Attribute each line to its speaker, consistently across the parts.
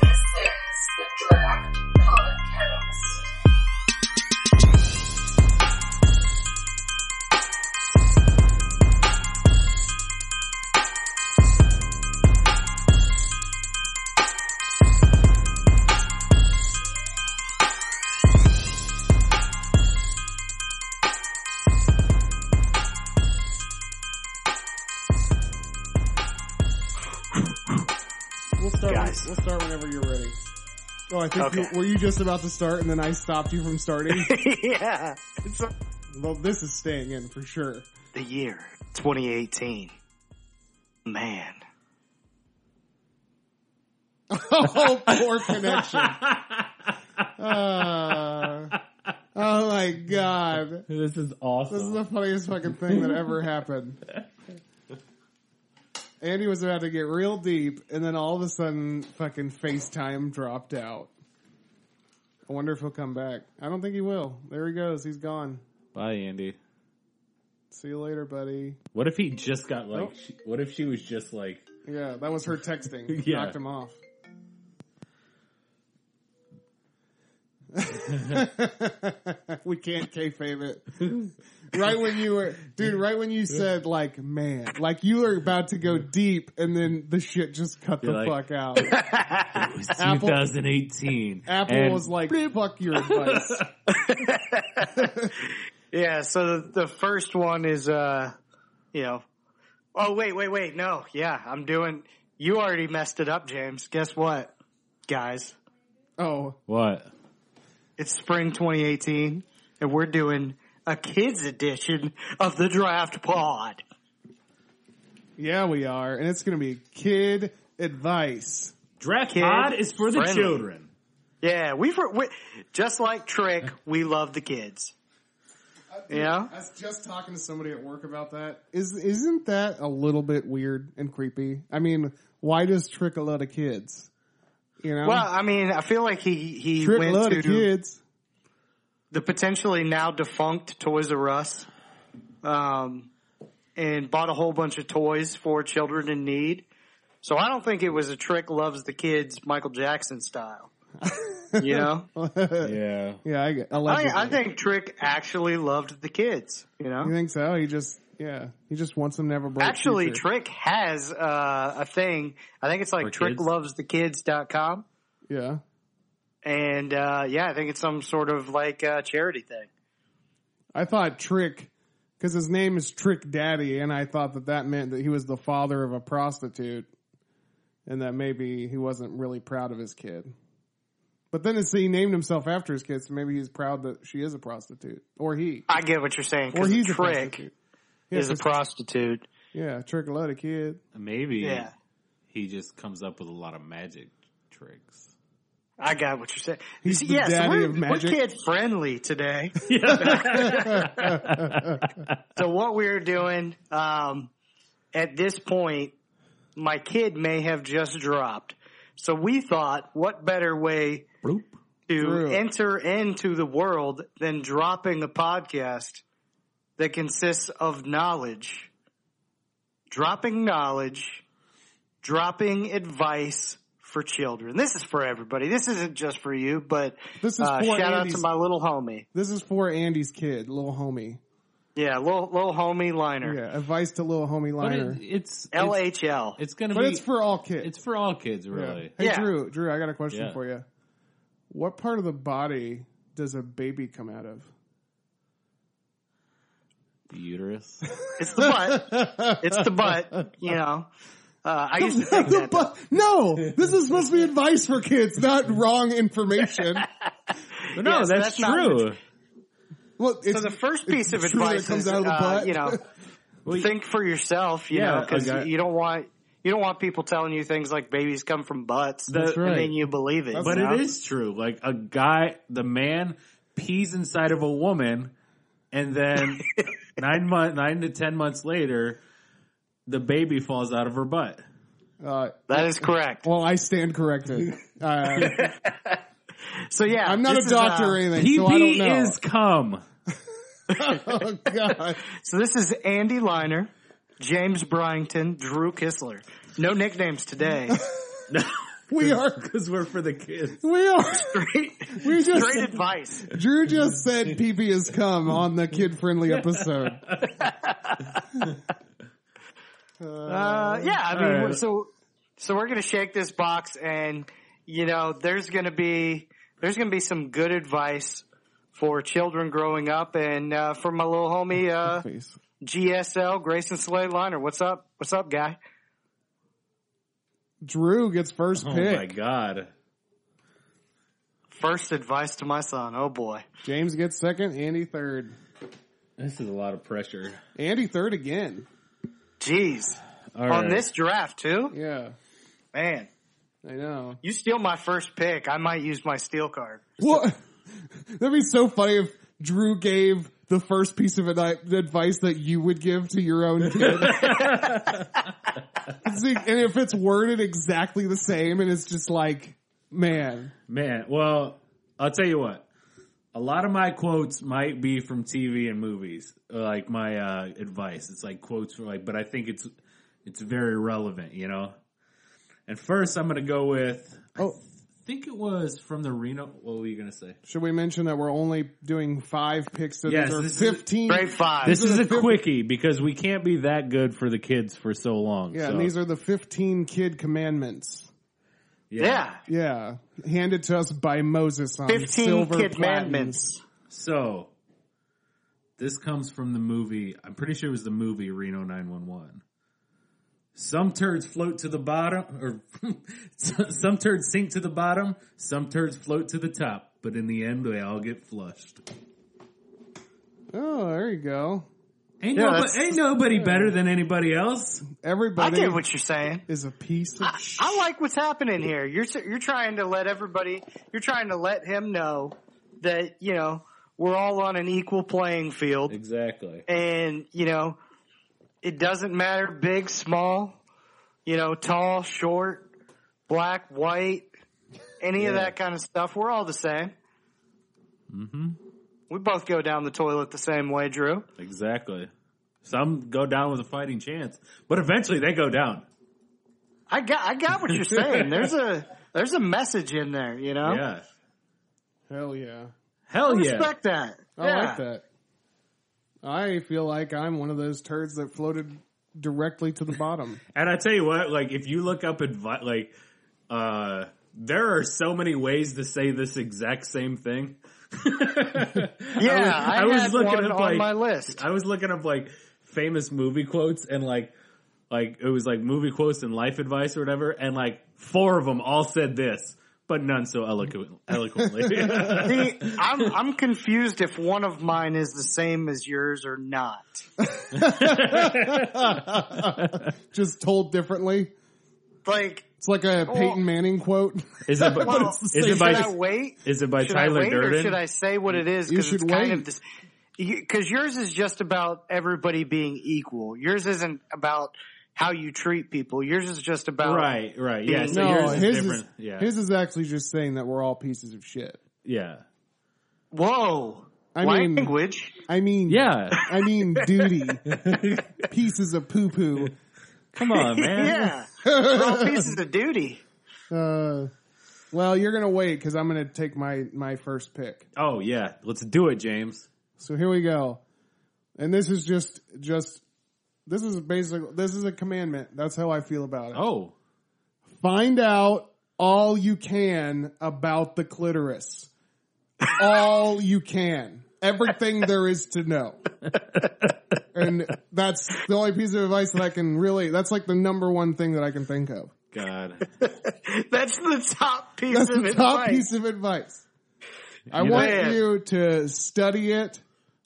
Speaker 1: This is the Draft Podcast.
Speaker 2: We'll start.
Speaker 3: Guys.
Speaker 2: We'll start whenever you're ready. Oh, I think
Speaker 3: Okay.
Speaker 2: you, were you just about to start, and then I stopped you from starting.
Speaker 3: yeah. It's uh,
Speaker 2: well, this is staying in for sure.
Speaker 3: the year 2018. Man.
Speaker 2: Oh, poor connection. Uh, oh my god,
Speaker 4: This is
Speaker 2: this is
Speaker 4: awesome.
Speaker 2: the funniest fucking thing that ever happened. Andy was about to get real deep, and then all of a sudden, fucking FaceTime dropped out. I wonder if he'll come back. I don't think he will. There he goes. He's gone.
Speaker 4: Bye, Andy.
Speaker 2: See you later, buddy.
Speaker 4: What if he just got like?
Speaker 2: Oh.
Speaker 4: She, what if she was just like?
Speaker 2: Yeah, that was her texting.
Speaker 4: Yeah.
Speaker 2: Knocked him off. we can't kayfabe it. right when you were, dude. Right when you said like, man, like you were about to go deep, and then the shit just cut
Speaker 4: You're
Speaker 2: the
Speaker 4: like-
Speaker 2: fuck out.
Speaker 4: It was
Speaker 2: Apple-
Speaker 4: 2018.
Speaker 2: Apple
Speaker 4: and-
Speaker 2: was like, "Fuck your advice."
Speaker 3: Yeah, so the, the first one is, uh, you know, oh, wait, wait, wait. No, yeah, I'm doing, you already messed it up, James. Guess what, guys?
Speaker 2: Oh,
Speaker 4: "What?
Speaker 3: It's spring 2018, and we're doing a kids edition of the draft pod.
Speaker 2: yeah, we are, and it's gonna be kid advice.
Speaker 4: Draft
Speaker 3: Kid
Speaker 4: pod is for the
Speaker 3: friendly.
Speaker 4: children."
Speaker 3: Yeah, we've, we, just like Trick, we love the kids. Yeah?
Speaker 2: I was just talking to somebody at work about that. Is isn't that a little bit weird and creepy? I mean, why does trick a lot of kids? You know,
Speaker 3: Well, I mean, I feel like he he
Speaker 2: trick a
Speaker 3: went
Speaker 2: lot
Speaker 3: to
Speaker 2: of kids.
Speaker 3: the potentially now defunct Toys R Us, um, and bought a whole bunch of toys for children in need. So I don't think it was a trick loves the kids Michael Jackson style. You know,
Speaker 4: Yeah.
Speaker 2: yeah, I, get- I like.
Speaker 3: I,
Speaker 2: it.
Speaker 3: I think Trick actually loved the kids. You
Speaker 2: you
Speaker 3: know,
Speaker 2: think so. He just yeah, he just wants them to have a bright
Speaker 3: actually
Speaker 2: future.
Speaker 3: Trick has uh, a thing. I think it's like
Speaker 4: For kids?
Speaker 3: TrickLovesTheKids.com.
Speaker 2: Yeah,
Speaker 3: and uh, yeah, I think it's some sort of like uh, charity thing.
Speaker 2: I thought trick because his name is Trick Daddy, and I thought that that meant that he was the father of a prostitute, and that maybe he wasn't really proud of his kid. But then it's, he named himself after his kid, so maybe he's proud that she is a prostitute, or he,
Speaker 3: I get what you're saying.
Speaker 2: or
Speaker 3: 'cause
Speaker 2: he's a
Speaker 3: Trick.
Speaker 2: prostitute. Yeah,
Speaker 3: is a
Speaker 2: just-
Speaker 3: prostitute.
Speaker 2: yeah, trick a lot of kid.
Speaker 4: Maybe
Speaker 3: Yeah.
Speaker 4: he just comes up with a lot of magic tricks.
Speaker 3: I got what you're saying.
Speaker 2: He's the
Speaker 3: yes,
Speaker 2: daddy
Speaker 3: we're,
Speaker 2: of magic.
Speaker 3: we're kid friendly today. so what we're doing um, at this point, my kid may have just dropped. So we thought, what better way
Speaker 4: Bloop.
Speaker 3: to
Speaker 2: True.
Speaker 3: enter into the world than dropping a podcast that consists of knowledge, dropping knowledge, dropping advice for children. This is for everybody. This isn't just for you, but
Speaker 2: This is
Speaker 3: uh,
Speaker 2: for
Speaker 3: shout out to
Speaker 2: Andy's-
Speaker 3: my little homie.
Speaker 2: This is for Andy's kid, little homie.
Speaker 3: Yeah, little, little homie liner.
Speaker 2: Yeah, advice to little homie
Speaker 4: But it,
Speaker 2: liner. But,
Speaker 4: it's it's,
Speaker 3: LHL.
Speaker 4: it's gonna be.
Speaker 2: it's for all kids.
Speaker 4: it's for all kids,
Speaker 2: Yeah.
Speaker 4: really.
Speaker 2: Hey,
Speaker 3: Yeah.
Speaker 2: Drew, Drew, I got a question
Speaker 4: Yeah.
Speaker 2: for you. What part of the body does a baby come out of?
Speaker 4: The uterus.
Speaker 3: It's the butt. it's the butt, you know. Uh, I used to think
Speaker 2: The
Speaker 3: that.
Speaker 2: bu- no, this is supposed to be advice for kids, not wrong information.
Speaker 4: But no,
Speaker 3: Yes,
Speaker 4: that's,
Speaker 3: that's not-
Speaker 4: true.
Speaker 2: Well, it's,
Speaker 3: So the first piece of
Speaker 2: it's true that
Speaker 3: advice
Speaker 2: it comes
Speaker 3: is,
Speaker 2: out of the
Speaker 3: uh,
Speaker 2: butt.
Speaker 3: you know,
Speaker 4: Well,
Speaker 3: think for yourself, you
Speaker 4: Yeah,
Speaker 3: know, 'cause know,
Speaker 4: okay.
Speaker 3: because you don't want you don't want people telling you things like babies come from butts,
Speaker 4: That's
Speaker 3: and
Speaker 4: right.
Speaker 3: then you believe it.
Speaker 4: But
Speaker 3: you know?
Speaker 4: it is true. Like a guy, the man pees inside of a woman, and then nine month, nine to ten months later, the baby falls out of her butt.
Speaker 2: Uh,
Speaker 3: That is correct.
Speaker 2: well, I stand corrected. Uh,
Speaker 3: So yeah,
Speaker 2: I'm not
Speaker 3: this
Speaker 2: a
Speaker 3: is, uh,
Speaker 2: doctor or anything, so I don't know.
Speaker 4: PP is cum.
Speaker 2: oh god,
Speaker 3: so this is Andy Liner, James Bryington, Drew Kissler. No nicknames today.
Speaker 2: we are,
Speaker 4: Because we're for the kids.
Speaker 2: we are. We just
Speaker 3: Great advice.
Speaker 2: Drew just said PP has come on the kid friendly episode.
Speaker 3: Uh, yeah, I mean,
Speaker 4: All right.
Speaker 3: so so we're gonna shake this box, and you know, there's gonna be there's gonna be some good advice for children growing up, and uh, from my little homie uh,
Speaker 2: Please.
Speaker 3: GSL Grayson Slade Liner. What's up? What's up, guy?
Speaker 2: Drew gets first
Speaker 4: Oh
Speaker 2: pick.
Speaker 4: my god.
Speaker 3: First advice to my son. Oh boy.
Speaker 2: James gets second. Andy third.
Speaker 4: This is a lot of pressure.
Speaker 2: Andy third again.
Speaker 3: Jeez.
Speaker 4: All
Speaker 3: On
Speaker 4: right.
Speaker 3: this draft too?
Speaker 2: Yeah,
Speaker 3: Man,
Speaker 2: I know.
Speaker 3: you steal my first pick, I might use my steal card.
Speaker 2: What? That'd be so funny if Drew gave the first piece of ad- advice that you would give to your own kid. See, and if it's worded exactly the same and it's just like, man,
Speaker 4: Man, well, I'll tell you what. A lot of my quotes might be from TV and movies, like my uh, advice. It's like quotes for like, but I think it's it's very relevant, you know. And first, I'm gonna go with.
Speaker 2: Oh.
Speaker 4: I think it was from the Reno. What were you gonna say?
Speaker 2: should we mention that we're only doing five picks? So
Speaker 4: Yes,
Speaker 2: yes,
Speaker 4: this is-
Speaker 2: 15.
Speaker 3: Grade five.
Speaker 4: This is a quickie because we can't be that good for the kids for so long.
Speaker 2: yeah,
Speaker 4: so,
Speaker 2: and these are the 15 kid commandments.
Speaker 3: yeah.
Speaker 2: Yeah, handed to us by Moses on
Speaker 3: 15
Speaker 2: silver
Speaker 3: kid
Speaker 2: platins.
Speaker 3: commandments.
Speaker 4: So this comes from the movie. I'm pretty sure it was the movie Reno 911. Some turds float to the bottom, or some turds sink to the bottom. Some turds float to the top, but in the end, they all get flushed.
Speaker 2: Oh, there you go.
Speaker 4: Ain't,
Speaker 3: Yeah,
Speaker 4: nobody,
Speaker 3: that's-
Speaker 4: ain't nobody better than anybody else.
Speaker 3: I
Speaker 2: Everybody
Speaker 3: get what you're saying.
Speaker 2: is a piece
Speaker 4: Ah.
Speaker 2: of shit.
Speaker 3: I like what's happening here. You're you're trying to let everybody. You're trying to let him know that you know we're all on an equal playing field,
Speaker 4: Exactly.
Speaker 3: and you know it doesn't matter big, small, you know, tall, short, black, white, any of
Speaker 4: Yeah.
Speaker 3: that kind of stuff. We're all the same. Mm-hmm.
Speaker 4: Mm-hmm.
Speaker 3: We both go down the toilet the same way, Drew.
Speaker 4: Exactly. Some go down with a fighting chance, but eventually they go down.
Speaker 3: I got I got what you're saying. there's a there's a message in there, you know.
Speaker 4: Yeah.
Speaker 2: Hell yeah.
Speaker 4: Hell
Speaker 3: I
Speaker 4: yeah.
Speaker 3: respect that.
Speaker 2: I
Speaker 3: yeah.
Speaker 2: like that. I feel like I'm one of those turds that floated directly to the bottom.
Speaker 4: And I tell you what, like if you look up advice, like uh, there are so many ways to say this exact same thing.
Speaker 3: Yeah,
Speaker 4: I
Speaker 3: I,
Speaker 4: was
Speaker 3: had
Speaker 4: looking
Speaker 3: one
Speaker 4: up,
Speaker 3: on
Speaker 4: like-
Speaker 3: my list.
Speaker 4: I was looking up like famous movie quotes and like like it was like movie quotes and life advice or whatever, and like four of them all said this, but none so eloquent, eloquently.
Speaker 3: See, I'm I'm confused if one of mine is the same as yours or not.
Speaker 2: Just told differently.
Speaker 3: Like,
Speaker 2: It's like a Peyton Manning quote.
Speaker 4: is it by,
Speaker 3: well,
Speaker 4: is it
Speaker 3: should I
Speaker 4: by
Speaker 3: wait?
Speaker 4: is it by
Speaker 3: Should I
Speaker 4: Tyler
Speaker 3: wait, or
Speaker 4: Durden?
Speaker 3: should I say what it is?
Speaker 2: You
Speaker 3: Because
Speaker 2: should
Speaker 3: it's kind
Speaker 2: wait.
Speaker 3: of this. Because yours is just about everybody being equal. Yours isn't about how you treat people. Yours is just about
Speaker 4: Right, right, yeah. So
Speaker 2: no,
Speaker 4: yours is
Speaker 2: his
Speaker 4: different.
Speaker 2: is,
Speaker 4: yeah,
Speaker 2: his is actually just saying that we're all pieces of shit.
Speaker 4: yeah,
Speaker 3: Whoa,
Speaker 2: I mean-
Speaker 3: language.
Speaker 2: I mean,
Speaker 4: yeah.
Speaker 2: I mean, duty. pieces of poo poo.
Speaker 4: Come on, man.
Speaker 3: Yeah, We're all pieces of duty.
Speaker 2: Uh, well, you're gonna wait because I'm gonna take my my first pick.
Speaker 4: Oh yeah, let's do it, James.
Speaker 2: So here we go. And this is just just this is basically this is a commandment. That's how I feel about it.
Speaker 4: Oh,
Speaker 2: Find out all you can about the clitoris. All you can. Everything there is to know. And that's the only piece of advice that I can really that's like the number one thing that I can think of.
Speaker 4: God.
Speaker 3: That's the top piece
Speaker 2: That's
Speaker 3: of
Speaker 2: the
Speaker 3: advice.
Speaker 2: top piece of advice. I
Speaker 4: You know-
Speaker 2: want
Speaker 3: Man.
Speaker 2: you to study it,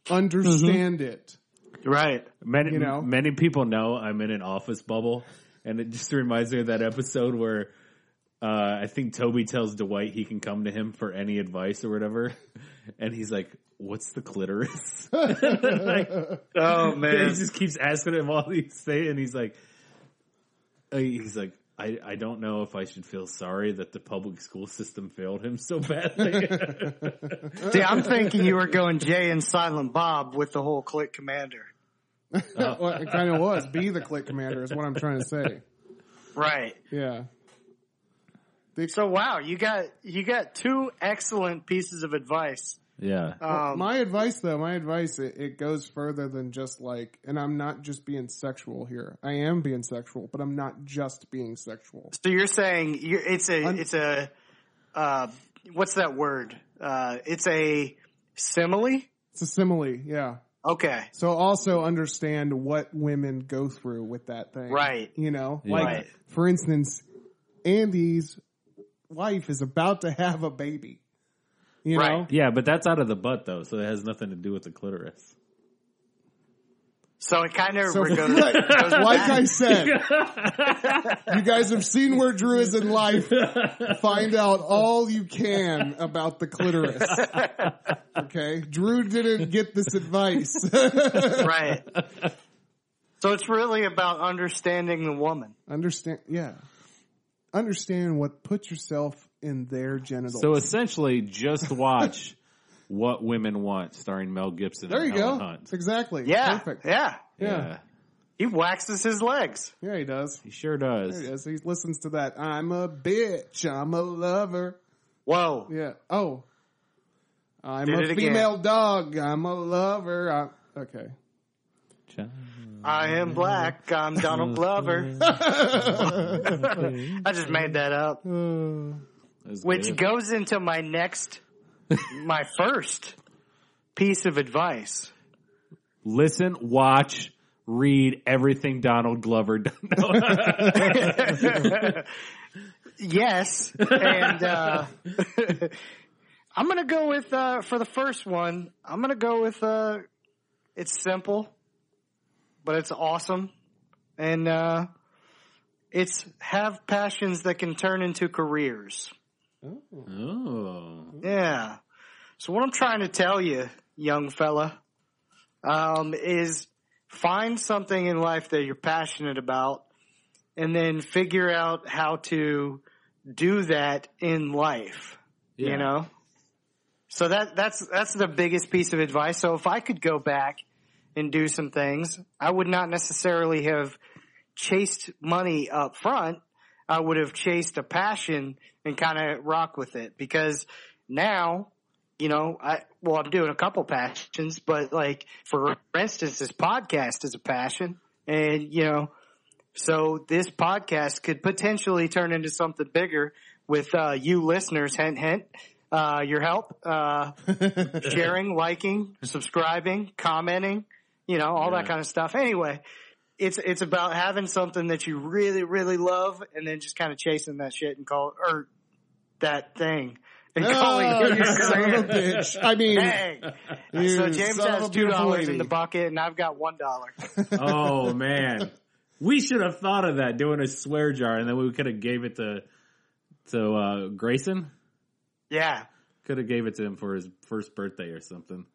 Speaker 2: understand
Speaker 4: Mm-hmm.
Speaker 2: it.
Speaker 3: right.
Speaker 4: Many,
Speaker 2: You know?
Speaker 4: many people know I'm in an office bubble, and it just reminds me of that episode where uh, I think Toby tells Dwight he can come to him for any advice or whatever, and he's like, "What's the clitoris?" like,
Speaker 3: Oh
Speaker 4: he
Speaker 3: man.
Speaker 4: just keeps asking him all these things, and he's like, uh, "He's like, I, I don't know if I should feel sorry that the public school system failed him so badly.
Speaker 3: See, I'm thinking you were going Jay and Silent Bob with the whole click commander.
Speaker 2: well, it kind of was. Be the click commander is what I'm trying to say.
Speaker 3: Right.
Speaker 2: Yeah.
Speaker 3: So wow, you got you got two excellent pieces of advice.
Speaker 4: yeah.
Speaker 3: Um,
Speaker 2: my advice though, my advice, it, it goes further than just like, and I'm not just being sexual here. I am being sexual, but I'm not just being sexual.
Speaker 3: so you're saying you're, it's a
Speaker 2: I'm-
Speaker 3: it's a uh, what's that word? Uh, it's a simile.
Speaker 2: It's a simile. Yeah.
Speaker 3: Okay.
Speaker 2: So also understand what women go through with that thing.
Speaker 3: Right.
Speaker 2: You know,
Speaker 4: Yeah.
Speaker 2: like
Speaker 3: Right.
Speaker 2: for instance, Andy's wife is about to have a baby. You know?
Speaker 3: Right.
Speaker 4: Yeah, but that's out of the butt though, so it has nothing to do with the clitoris.
Speaker 3: So it kind of
Speaker 2: So,
Speaker 3: goes,
Speaker 2: like,
Speaker 3: goes
Speaker 2: like
Speaker 3: back.
Speaker 2: I said, you guys have seen where Drew is in life. Find out all you can about the clitoris. Okay? Drew didn't get this advice.
Speaker 3: right. So it's really about understanding the woman.
Speaker 2: Understand, yeah. Understand what, put yourself in their genitals.
Speaker 4: So essentially, just watch What Women Want, starring Mel Gibson.
Speaker 2: there
Speaker 4: and
Speaker 2: you
Speaker 4: Helen
Speaker 2: go.
Speaker 4: Hunt.
Speaker 2: Exactly.
Speaker 3: Yeah.
Speaker 2: Perfect.
Speaker 3: Yeah.
Speaker 2: Yeah.
Speaker 3: He waxes his legs.
Speaker 2: Yeah, he does.
Speaker 4: he sure
Speaker 2: There
Speaker 4: does.
Speaker 2: he is. He listens to that. I'm a bitch. I'm a lover.
Speaker 3: Whoa.
Speaker 2: Yeah. Oh. I'm
Speaker 3: Did it
Speaker 2: a
Speaker 3: again.
Speaker 2: female dog. I'm a lover. i okay.
Speaker 3: I am black. I'm Donald Glover. I just made that up.
Speaker 2: Uh,
Speaker 4: That's
Speaker 3: Which
Speaker 4: good.
Speaker 3: goes into my next, my first piece of advice.
Speaker 4: listen, watch, read everything Donald Glover does.
Speaker 3: Yes. And, uh, I'm going to go with, uh, for the first one, I'm going to go with, uh, it's simple, but it's awesome. And, uh, it's have passions that can turn into careers.
Speaker 4: oh,
Speaker 3: Yeah. So what I'm trying to tell you, young fella, um, is find something in life that you're passionate about and then figure out how to do that in life,
Speaker 4: Yeah.
Speaker 3: you know? So that, that's, that's the biggest piece of advice. So if I could go back and do some things, I would not necessarily have chased money up front. I would have chased a passion and kind of rock with it because now, you know, I, well, I'm doing a couple passions, but like, for instance, this podcast is a passion and, you know, so this podcast could potentially turn into something bigger with, uh, you listeners, hint, hint, uh, your help, uh, sharing, liking, subscribing, commenting, you know, all that
Speaker 4: Yeah.
Speaker 3: kind of stuff. Anyway, it's it's about having something that you really really love and then just kind of chasing that shit and call or that thing and calling
Speaker 2: oh,
Speaker 3: it
Speaker 2: you
Speaker 3: your
Speaker 2: son of a
Speaker 3: career.
Speaker 2: bitch. I mean,
Speaker 3: Dang.
Speaker 2: you
Speaker 3: So James
Speaker 2: son of
Speaker 3: has
Speaker 2: a
Speaker 3: two dollars
Speaker 2: lady.
Speaker 3: in the bucket and I've got one dollar.
Speaker 4: oh man, we should have thought of that doing a swear jar, and then we could have gave it to to uh, Grayson.
Speaker 3: Yeah.
Speaker 4: Could have gave it to him for his first birthday or something.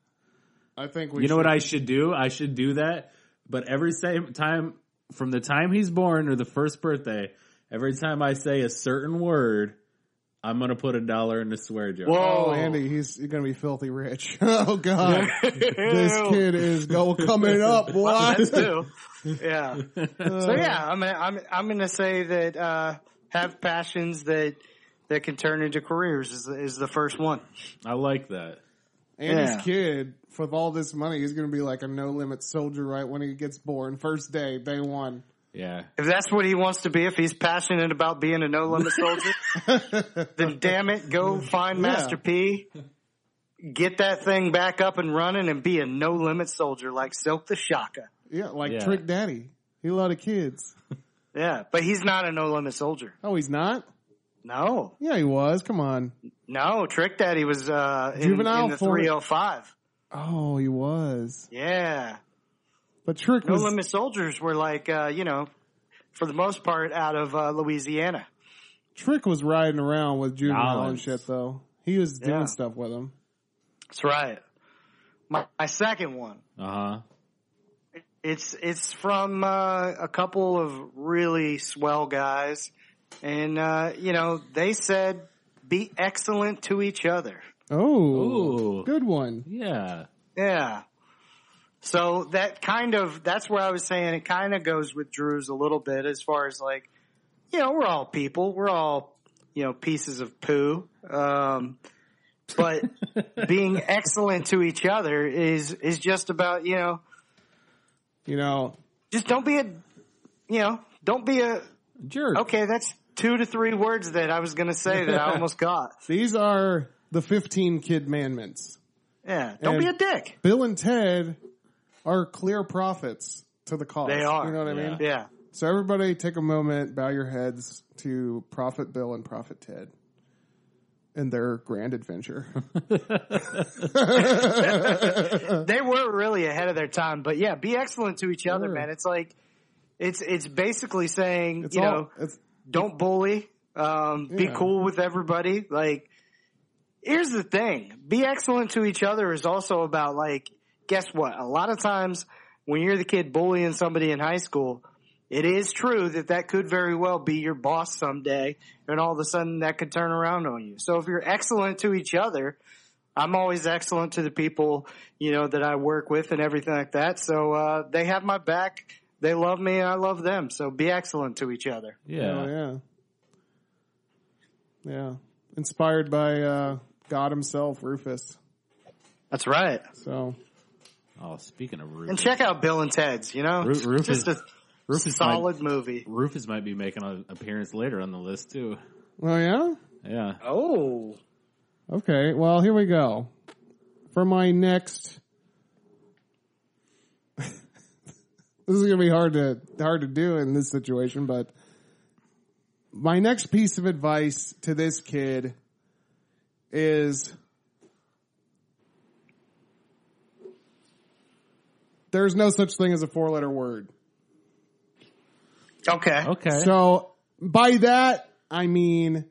Speaker 2: I think we
Speaker 4: you know what I should do? I should do that. But every same time, from the time he's born or the first birthday, every time I say a certain word, I'm gonna put a dollar in the swear jar.
Speaker 2: Oh, Andy, he's going to be filthy rich. oh, God. this
Speaker 3: Ew.
Speaker 2: kid is go coming up, Uh, boy.
Speaker 3: That's two. Yeah. So yeah, I'm gonna, I'm I'm going to say that uh have passions that that can turn into careers is is the first one.
Speaker 4: I like that.
Speaker 2: Andy's
Speaker 3: Yeah.
Speaker 2: kid, with all this money, he's going to be like a no limit soldier right when he gets born. First day, day one.
Speaker 4: Yeah.
Speaker 3: If that's what he wants to be, if he's passionate about being a no limit soldier, then damn it, go find
Speaker 2: Yeah.
Speaker 3: Master P, get that thing back up and running, and be a no limit soldier like Silk the Shaka.
Speaker 2: Yeah, like
Speaker 4: Yeah.
Speaker 2: Trick Daddy. He loaded kids.
Speaker 3: Yeah, but he's not a no limit soldier.
Speaker 2: Oh, he's not?
Speaker 3: No,
Speaker 2: Yeah, he was. Come on.
Speaker 3: no, Trick Daddy was uh, in,
Speaker 2: Juvenile
Speaker 3: in the
Speaker 2: for-
Speaker 3: 305.
Speaker 2: Oh, he was.
Speaker 3: Yeah,
Speaker 2: But Trick
Speaker 3: no
Speaker 2: was.
Speaker 3: limit soldiers were like, uh, you know, for the most part, out of uh, Louisiana.
Speaker 2: Trick was riding around with juvenile and
Speaker 4: Rollins.
Speaker 2: shit though. He was doing
Speaker 3: Yeah.
Speaker 2: stuff with him.
Speaker 3: That's right. My, my second one.
Speaker 4: Uh huh.
Speaker 3: It's it's from uh, a couple of really swell guys And, uh, you know, they said be excellent to each other.
Speaker 2: Oh,
Speaker 4: Ooh.
Speaker 2: good one.
Speaker 4: Yeah.
Speaker 3: Yeah. So that kind of, that's where I was saying it kind of goes with Drew's a little bit as far as like, you know, we're all people. We're all, you know, pieces of poo. Um, but being excellent to each other is, is just about, you know,
Speaker 2: You know,
Speaker 3: just don't be a, you know, don't be a,
Speaker 4: Jerk.
Speaker 3: okay, that's two to three words that I was going to say that I almost got.
Speaker 2: these are the 15 kid commandments.
Speaker 3: Yeah. Don't be a
Speaker 2: And-
Speaker 3: dick.
Speaker 2: Bill and Ted are clear prophets to the cause.
Speaker 3: They are.
Speaker 2: You know what I mean?
Speaker 3: Yeah.
Speaker 2: So everybody take a moment, bow your heads to Prophet Bill and Prophet Ted and their grand adventure.
Speaker 3: they were really ahead of their time. But yeah, be excellent to each other,
Speaker 2: Sure.
Speaker 3: man. It's like it's it's basically saying
Speaker 2: It's
Speaker 3: you
Speaker 2: all,
Speaker 3: know
Speaker 2: it's,
Speaker 3: don't bully, um, be
Speaker 2: Yeah.
Speaker 3: cool with everybody. Like here's the thing: be excellent to each other is also about like guess what? A lot of times when you're the kid bullying somebody in high school. It is true that that could very well be your boss someday, and all of a sudden that could turn around on you. So if you're excellent to each other, I'm always excellent to the people, you know, that I work with and everything like that. So, uh, they have my back. They love me and I love them. So be excellent to each other.
Speaker 4: Yeah.
Speaker 2: Oh, yeah. Yeah. Inspired by uh, God himself, Rufus.
Speaker 3: That's right.
Speaker 2: So
Speaker 4: Oh, speaking of Rufus.
Speaker 3: And check out Bill and Ted's, you know,
Speaker 4: Ru- Rufus-
Speaker 3: just a
Speaker 4: Rufus
Speaker 3: solid movie.
Speaker 4: Might, Rufus might be making an appearance later on the list too.
Speaker 2: Oh yeah?
Speaker 4: Yeah.
Speaker 3: Oh,
Speaker 2: Okay, well, here we go. For my next, this is gonna be hard to hard to do in this situation, but my next piece of advice to this kid is there's no such thing as a four letter word.
Speaker 3: okay.
Speaker 4: Okay.
Speaker 2: So by that I mean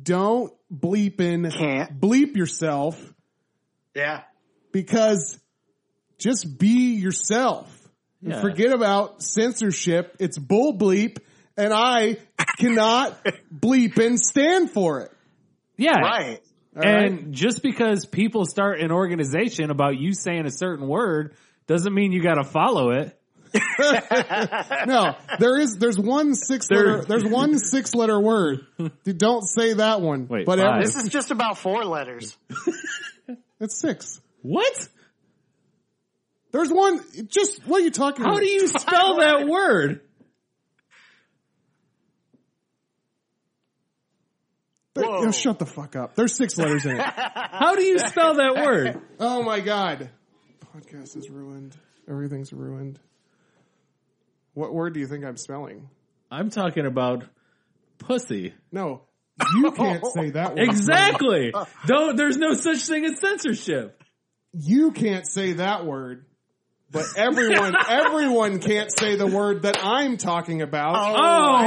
Speaker 2: don't bleepin
Speaker 3: Can't.
Speaker 2: bleep yourself.
Speaker 3: Yeah.
Speaker 2: because just be yourself. And
Speaker 4: Yeah.
Speaker 2: Forget about censorship. It's bull bleep, and I cannot bleep and stand for it.
Speaker 4: yeah.
Speaker 3: Right.
Speaker 2: All
Speaker 4: and
Speaker 2: right?
Speaker 4: just because people start an organization about you saying a certain word doesn't mean you got to follow it.
Speaker 2: No, there is there's one six letter
Speaker 4: There-
Speaker 2: there's one six letter word. Dude, Don't say that one.
Speaker 4: Wait,
Speaker 2: but
Speaker 4: five.
Speaker 2: every-
Speaker 3: This is just about four letters.
Speaker 2: it's six.
Speaker 4: What?
Speaker 2: There's one. Just what are you talking?
Speaker 4: How
Speaker 2: about?
Speaker 4: do you spell that word?
Speaker 2: There-
Speaker 3: Whoa.
Speaker 2: oh, shut the fuck up. There's six letters in it.
Speaker 4: How do you spell that word?
Speaker 2: Oh my god. Podcast is ruined. Everything's ruined. What word do you think I'm spelling?
Speaker 4: I'm talking about pussy.
Speaker 2: No, you can't say that word.
Speaker 4: Exactly. Don't. There's no such thing as censorship.
Speaker 2: You can't say that word. But everyone, everyone can't say the word that I'm talking about.
Speaker 3: I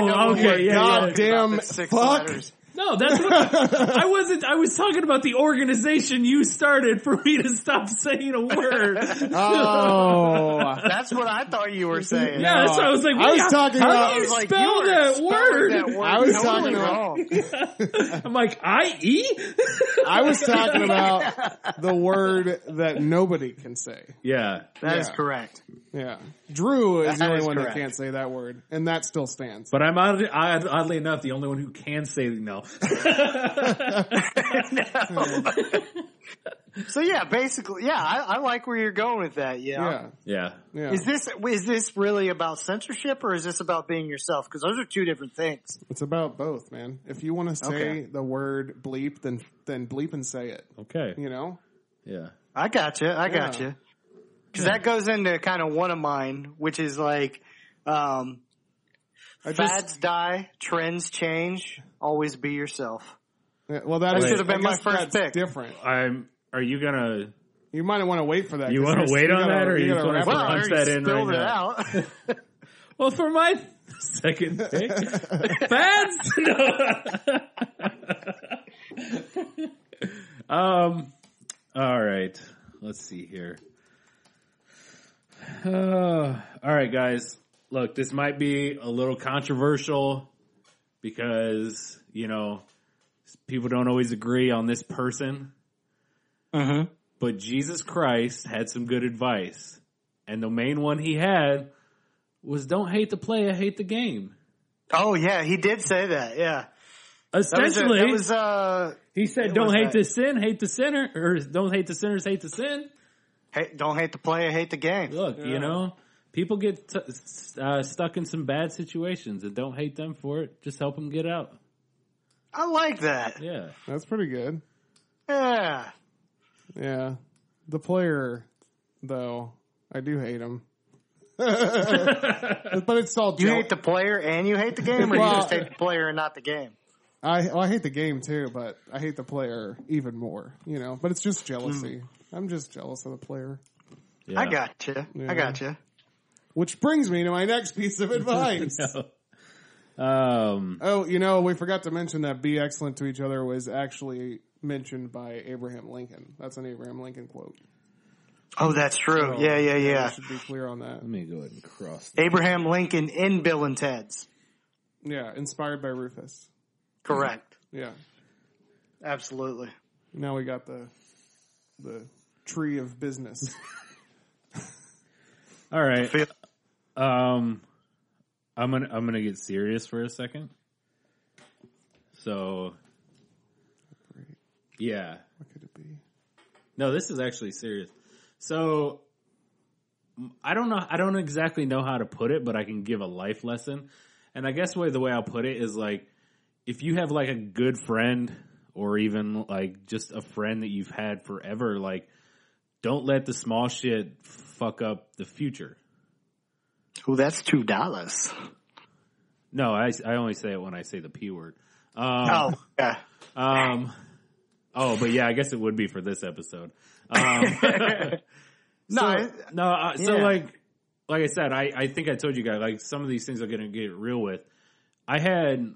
Speaker 4: Oh,
Speaker 3: know
Speaker 4: okay,
Speaker 3: what
Speaker 4: yeah,
Speaker 3: you're
Speaker 4: yeah.
Speaker 3: talking about,
Speaker 2: Goddamn
Speaker 3: it's six
Speaker 2: fuck.
Speaker 3: letters.
Speaker 4: No, that's what I wasn't. I was talking about the organization you started for me to stop saying a word.
Speaker 2: Oh,
Speaker 3: Oh, That's what I thought you were saying.
Speaker 4: Yeah, that's what I was like.
Speaker 2: I was
Speaker 4: wait,
Speaker 2: talking
Speaker 4: how
Speaker 2: about-
Speaker 4: do
Speaker 2: I
Speaker 4: you
Speaker 2: was
Speaker 3: like,
Speaker 4: spell
Speaker 3: you are
Speaker 4: that
Speaker 3: spelling
Speaker 4: word?
Speaker 3: that word
Speaker 2: I was
Speaker 3: totally
Speaker 2: talking about-
Speaker 3: wrong.
Speaker 4: I'm like, I e.
Speaker 2: I was talking about the word that nobody can say.
Speaker 4: yeah,
Speaker 3: That is
Speaker 2: Yeah.
Speaker 3: correct.
Speaker 2: Yeah, Drew
Speaker 3: That
Speaker 2: is the only
Speaker 3: is
Speaker 2: one
Speaker 3: correct.
Speaker 2: that can't say that word, and that still stands.
Speaker 4: but I'm oddly, odd- oddly enough the only one who can say no.
Speaker 3: So yeah, basically, yeah, I, I like where you're going with that. You know?
Speaker 2: yeah,
Speaker 4: yeah,
Speaker 2: yeah.
Speaker 3: Is this is this really about censorship or is this about being yourself? Because those are two different things.
Speaker 2: It's about both, man. If you want to say
Speaker 3: Okay.
Speaker 2: the word bleep, then then bleep and say it.
Speaker 4: okay,
Speaker 2: You know?
Speaker 4: yeah,
Speaker 3: I got you. I got
Speaker 2: Yeah.
Speaker 3: you. Because that goes into kind of one of mine, which is like um,
Speaker 2: I just-
Speaker 3: fads die, trends change. Always be yourself.
Speaker 2: Yeah, well, that
Speaker 4: That
Speaker 2: is-
Speaker 4: should've
Speaker 2: I
Speaker 3: been my
Speaker 2: guess
Speaker 3: first
Speaker 2: that's
Speaker 3: pick.
Speaker 2: Different.
Speaker 4: I'm. Are you gonna?
Speaker 2: You might want to wait for that.
Speaker 4: You
Speaker 2: 'cause
Speaker 4: wanna
Speaker 2: there's-
Speaker 4: wait
Speaker 2: you
Speaker 4: on
Speaker 2: gotta-
Speaker 4: that, or you
Speaker 2: gotta
Speaker 4: just wanna
Speaker 2: wrap
Speaker 4: put
Speaker 2: it
Speaker 4: it
Speaker 3: Well, I
Speaker 2: up.
Speaker 4: punch
Speaker 3: already
Speaker 4: that in
Speaker 3: spilled
Speaker 4: right
Speaker 3: it
Speaker 4: now.
Speaker 3: out.
Speaker 4: Well, for my second pick, fads. No. um. All right. Let's see here. Uh, all right, guys. Look, this might be a little controversial. because, you know, people don't always agree on this person.
Speaker 3: Mm-hmm.
Speaker 4: But Jesus Christ had some good advice. And the main one he had was don't hate the player, hate the game.
Speaker 3: Oh yeah, he did say that. Yeah, that was, a,
Speaker 4: Essentially,
Speaker 3: that was uh,
Speaker 4: he said,
Speaker 3: it
Speaker 4: don't
Speaker 3: was
Speaker 4: hate
Speaker 3: that-
Speaker 4: the sin, hate the sinner, or don't hate the sinners, hate the sin.
Speaker 3: hate, don't hate the player, hate the game.
Speaker 4: Look, you know, people get t- s- uh, stuck in some bad situations and don't hate them for it. Just help them get out.
Speaker 3: I like that.
Speaker 4: Yeah.
Speaker 2: That's pretty good.
Speaker 3: Yeah,
Speaker 2: Yeah. The player, though, I do hate him. but it's all
Speaker 3: you
Speaker 2: jel-
Speaker 3: hate the player and you hate the game, or
Speaker 2: Well-
Speaker 3: you just hate the player and not the game.
Speaker 2: I, well, I hate the game too, but I hate the player even more, you know, but it's just jealousy.
Speaker 3: Hmm.
Speaker 2: I'm just jealous of the player.
Speaker 4: yeah.
Speaker 3: I got you.
Speaker 2: Yeah.
Speaker 3: I got you.
Speaker 2: Which brings me to my next piece of advice.
Speaker 4: Um,
Speaker 2: Oh, you know, we forgot to mention that be excellent to each other was actually mentioned by Abraham Lincoln. That's an Abraham Lincoln quote.
Speaker 3: Oh, that's true. yeah, yeah,
Speaker 2: We
Speaker 3: yeah.
Speaker 2: should be clear on that.
Speaker 4: let me go ahead and cross.
Speaker 3: Abraham Lincoln in Bill and Ted's.
Speaker 2: Yeah, inspired by Rufus.
Speaker 3: Correct.
Speaker 2: Yeah.
Speaker 3: Absolutely.
Speaker 2: Now we got the the tree of business.
Speaker 4: All right.
Speaker 3: Feel-
Speaker 4: Um, I'm gonna I'm gonna get serious for a second. So, yeah,
Speaker 2: what could it be?
Speaker 4: no, this is actually serious. So, m- I don't know, I don't exactly know how to put it, but I can give a life lesson. And I guess way the way I'll put it is like, if you have like a good friend, or even like just a friend that you've had forever, like, don't let the small shit fuck up the future.
Speaker 3: Oh, that's two dollars.
Speaker 4: No, I, I only say it when I say the p word. Um,
Speaker 3: Oh, yeah.
Speaker 4: um, oh, but yeah, I guess it would be for this episode. Um,
Speaker 3: No, I-
Speaker 4: no. Uh, so
Speaker 3: Yeah.
Speaker 4: like, like I said, I, I think I told you guys like some of these things I'm gonna get real with. I had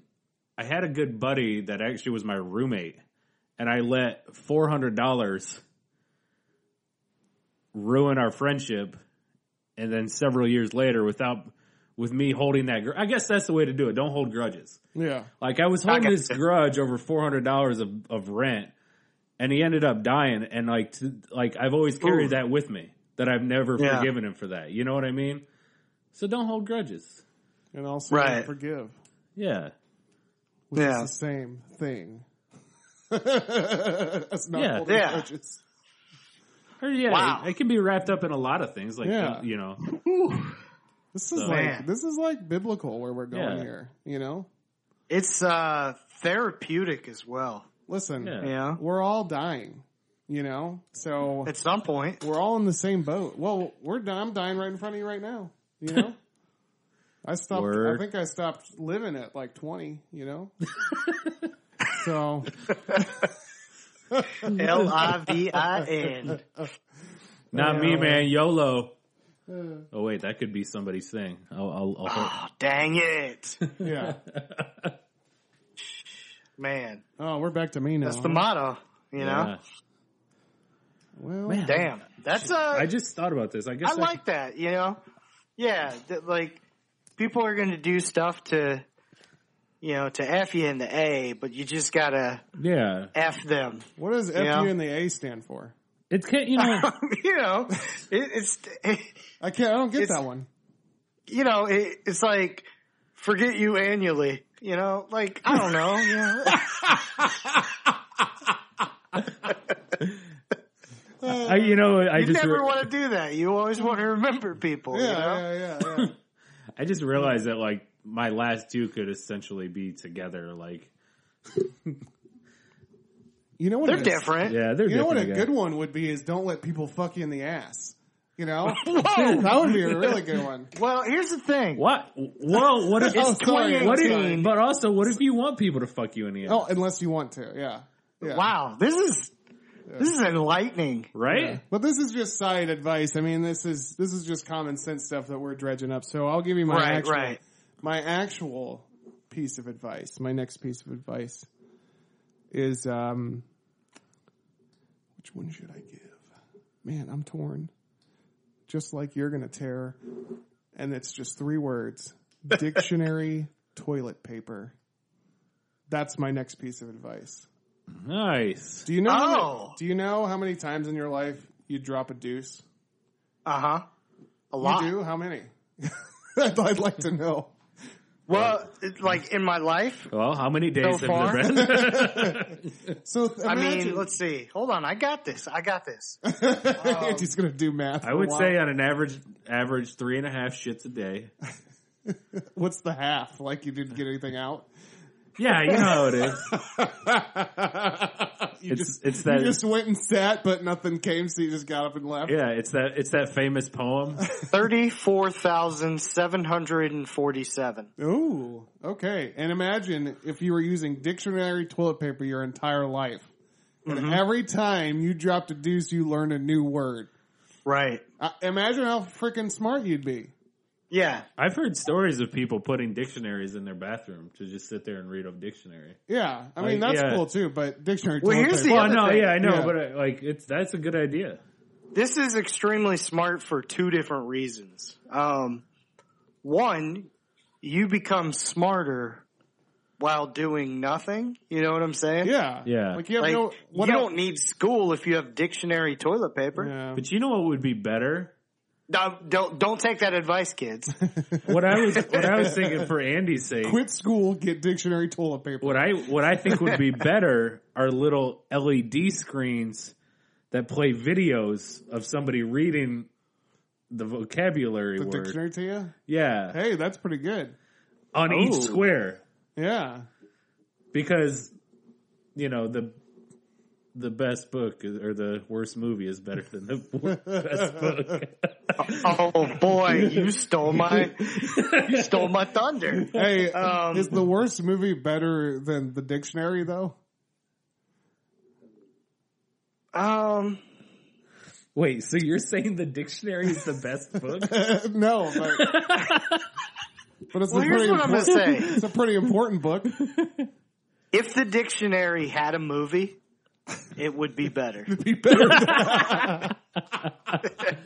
Speaker 4: I had a good buddy that actually was my roommate, and I let four hundred dollars ruin our friendship, and then several years later, without with me holding that, gr- I guess that's the way to do it. Don't hold grudges.
Speaker 2: Yeah.
Speaker 4: Like I was holding
Speaker 3: got
Speaker 4: this grudge over four hundred dollars of, of rent, and he ended up dying. And like, to, like I've always carried
Speaker 3: Ooh.
Speaker 4: that with me that I've never
Speaker 3: Yeah.
Speaker 4: forgiven him for that. You know what I mean? So don't hold grudges.
Speaker 2: And also
Speaker 3: Right.
Speaker 2: forgive.
Speaker 4: Yeah,
Speaker 2: Which
Speaker 3: Yeah.
Speaker 2: is the same thing. That's not
Speaker 4: Yeah.
Speaker 2: holding
Speaker 3: Yeah.
Speaker 2: grudges.
Speaker 4: or yeah,
Speaker 3: Wow.
Speaker 4: it, it can be wrapped up in a lot of things. Like
Speaker 2: Yeah.
Speaker 4: you know,
Speaker 2: This is
Speaker 4: So-
Speaker 2: like
Speaker 3: Man.
Speaker 2: this is like biblical where we're going
Speaker 4: Yeah.
Speaker 2: here, you know?
Speaker 3: It's uh, therapeutic as well.
Speaker 2: Listen,
Speaker 4: Yeah.
Speaker 3: Yeah.
Speaker 2: we're all dying, you know? So
Speaker 3: At some point.
Speaker 2: we're all in the same boat. Well, we're di- I'm dying right in front of you right now. You know, I stopped. I
Speaker 4: Word.
Speaker 2: think I stopped living at like 20. You know, so
Speaker 3: L I V I N.
Speaker 4: not me,
Speaker 2: Yeah.
Speaker 4: man. YOLO. Oh wait, that could be somebody's thing. I'll, I'll, I'll
Speaker 3: Oh, dang it.
Speaker 2: yeah.
Speaker 3: Man,
Speaker 2: Oh, we're back to me now.
Speaker 3: that's the motto, you know?
Speaker 4: Yeah.
Speaker 2: Well,
Speaker 4: Man,
Speaker 3: Damn. That's uh,
Speaker 4: I just thought about this. I guess
Speaker 3: I like that, you know? Yeah, that, like, people are going to do stuff to, you know, to F you in the A, but you just got to
Speaker 4: yeah.
Speaker 3: F them.
Speaker 2: what does FU
Speaker 3: Yeah.
Speaker 2: and the A stand for?
Speaker 4: It's can you know.
Speaker 3: you know, it, it's,
Speaker 2: I can't. I don't get
Speaker 3: It's-
Speaker 2: that one.
Speaker 3: you know, it, it's like, forget you annually, you know? Like, I don't know. You know?
Speaker 4: I, you know, I
Speaker 3: You
Speaker 4: just
Speaker 3: never
Speaker 4: re-
Speaker 3: want to do that. You always want to remember people,
Speaker 2: Yeah,
Speaker 3: you know?
Speaker 2: yeah, yeah, yeah.
Speaker 4: I just realized that like my last two could essentially be together. Like,
Speaker 2: You know what?
Speaker 3: They're
Speaker 2: a-
Speaker 3: different.
Speaker 4: yeah, they're
Speaker 2: You know what a
Speaker 4: different, I guess.
Speaker 2: good one would be is don't let people fuck you in the ass. You know,
Speaker 3: Whoa!
Speaker 2: that would be a really good one.
Speaker 3: Well, here's the thing.
Speaker 4: What? Whoa! What if?
Speaker 2: Oh, sorry.
Speaker 4: what if-
Speaker 3: 2018.
Speaker 4: But also, what if you want people to fuck you in the ass?
Speaker 2: Oh, unless you want to, yeah. yeah.
Speaker 3: Wow, this is this is enlightening.
Speaker 4: right?
Speaker 2: But this is just side advice. I mean, this is this is just common sense stuff that we're dredging up. So I'll give you my
Speaker 3: Right,
Speaker 2: actual,
Speaker 3: right.
Speaker 2: my actual piece of advice. My next piece of advice is um, which one should I give? Man, I'm torn. Just like you're gonna tear, and it's just three words: dictionary, toilet paper. That's my next piece of advice.
Speaker 4: Nice.
Speaker 2: Do you know? how many-
Speaker 3: Oh.
Speaker 2: do you know how many times in your life you drop a deuce?
Speaker 3: Uh huh. A lot.
Speaker 2: You do? How many? I'd, I'd like to know.
Speaker 3: Well, it- like in my life.
Speaker 4: Well, how many days
Speaker 3: So
Speaker 4: have you been?
Speaker 2: So
Speaker 3: I
Speaker 2: imagine-
Speaker 3: mean, let's see. Hold on. I got this. I got this.
Speaker 2: You're just gonna do math.
Speaker 4: I
Speaker 2: for a
Speaker 4: would
Speaker 2: while.
Speaker 4: say on an average, average three and a half shits a day. uh,
Speaker 2: what's the half? Like you didn't get anything out.
Speaker 4: Yeah, you know how it is.
Speaker 2: you
Speaker 4: It's-
Speaker 2: just,
Speaker 4: it's
Speaker 2: you
Speaker 4: that-
Speaker 2: just went and sat, but nothing came, so you just got up and left.
Speaker 4: Yeah, it's that it's that famous poem.
Speaker 3: Thirty-four thousand seven hundred and forty-seven.
Speaker 2: Ooh, okay. And imagine if you were using dictionary toilet paper your entire life.
Speaker 4: Mm-hmm.
Speaker 2: And every time you dropped a deuce, you learned a new word.
Speaker 3: Right.
Speaker 2: Uh, imagine how freaking smart you'd be.
Speaker 3: Yeah.
Speaker 4: I've heard stories of people putting dictionaries in their bathroom to just sit there and read a dictionary.
Speaker 2: Yeah, I mean
Speaker 4: Like,
Speaker 2: that's
Speaker 4: yeah.
Speaker 2: cool too. But dictionary
Speaker 3: Well,
Speaker 2: toilet
Speaker 3: here's the
Speaker 2: paper.
Speaker 4: Well,
Speaker 3: other
Speaker 4: no,
Speaker 3: thing-
Speaker 4: yeah, I know,
Speaker 2: yeah.
Speaker 4: but uh, like it's that's a good idea.
Speaker 3: This is extremely smart for two different reasons. Um, one, you become smarter while doing nothing. You know what I'm saying?
Speaker 2: yeah,
Speaker 4: Yeah.
Speaker 2: Like you have
Speaker 3: Like,
Speaker 2: no.
Speaker 3: you
Speaker 2: What
Speaker 3: don't need school if you have dictionary toilet paper.
Speaker 2: Yeah.
Speaker 4: But you know what would be better?
Speaker 3: No, don't don't take that advice, kids.
Speaker 4: What I was what I was thinking for Andy's sake.
Speaker 2: Quit school, get dictionary toilet paper.
Speaker 4: What I what I think would be better are little LED screens that play videos of somebody reading the vocabulary
Speaker 2: The
Speaker 4: word.
Speaker 2: dictionary to you?
Speaker 4: Yeah,
Speaker 2: Hey, that's pretty good.
Speaker 4: on each
Speaker 3: Oh.
Speaker 4: square
Speaker 2: Yeah.
Speaker 4: because you know the the best book is- or the worst movie is better than the wor- best book.
Speaker 3: oh boy, you stole my you stole my thunder.
Speaker 2: Hey,
Speaker 3: Um,
Speaker 2: is the worst movie better than the dictionary though?
Speaker 3: Um,
Speaker 4: Wait, so you're saying the dictionary is the best book?
Speaker 2: no, but, but it's
Speaker 3: well,
Speaker 2: a
Speaker 3: here's
Speaker 2: pretty
Speaker 3: what I'm gonna
Speaker 2: important,
Speaker 3: say.
Speaker 2: it's a pretty important book.
Speaker 3: If the dictionary had a movie, it would be better.
Speaker 2: Be better.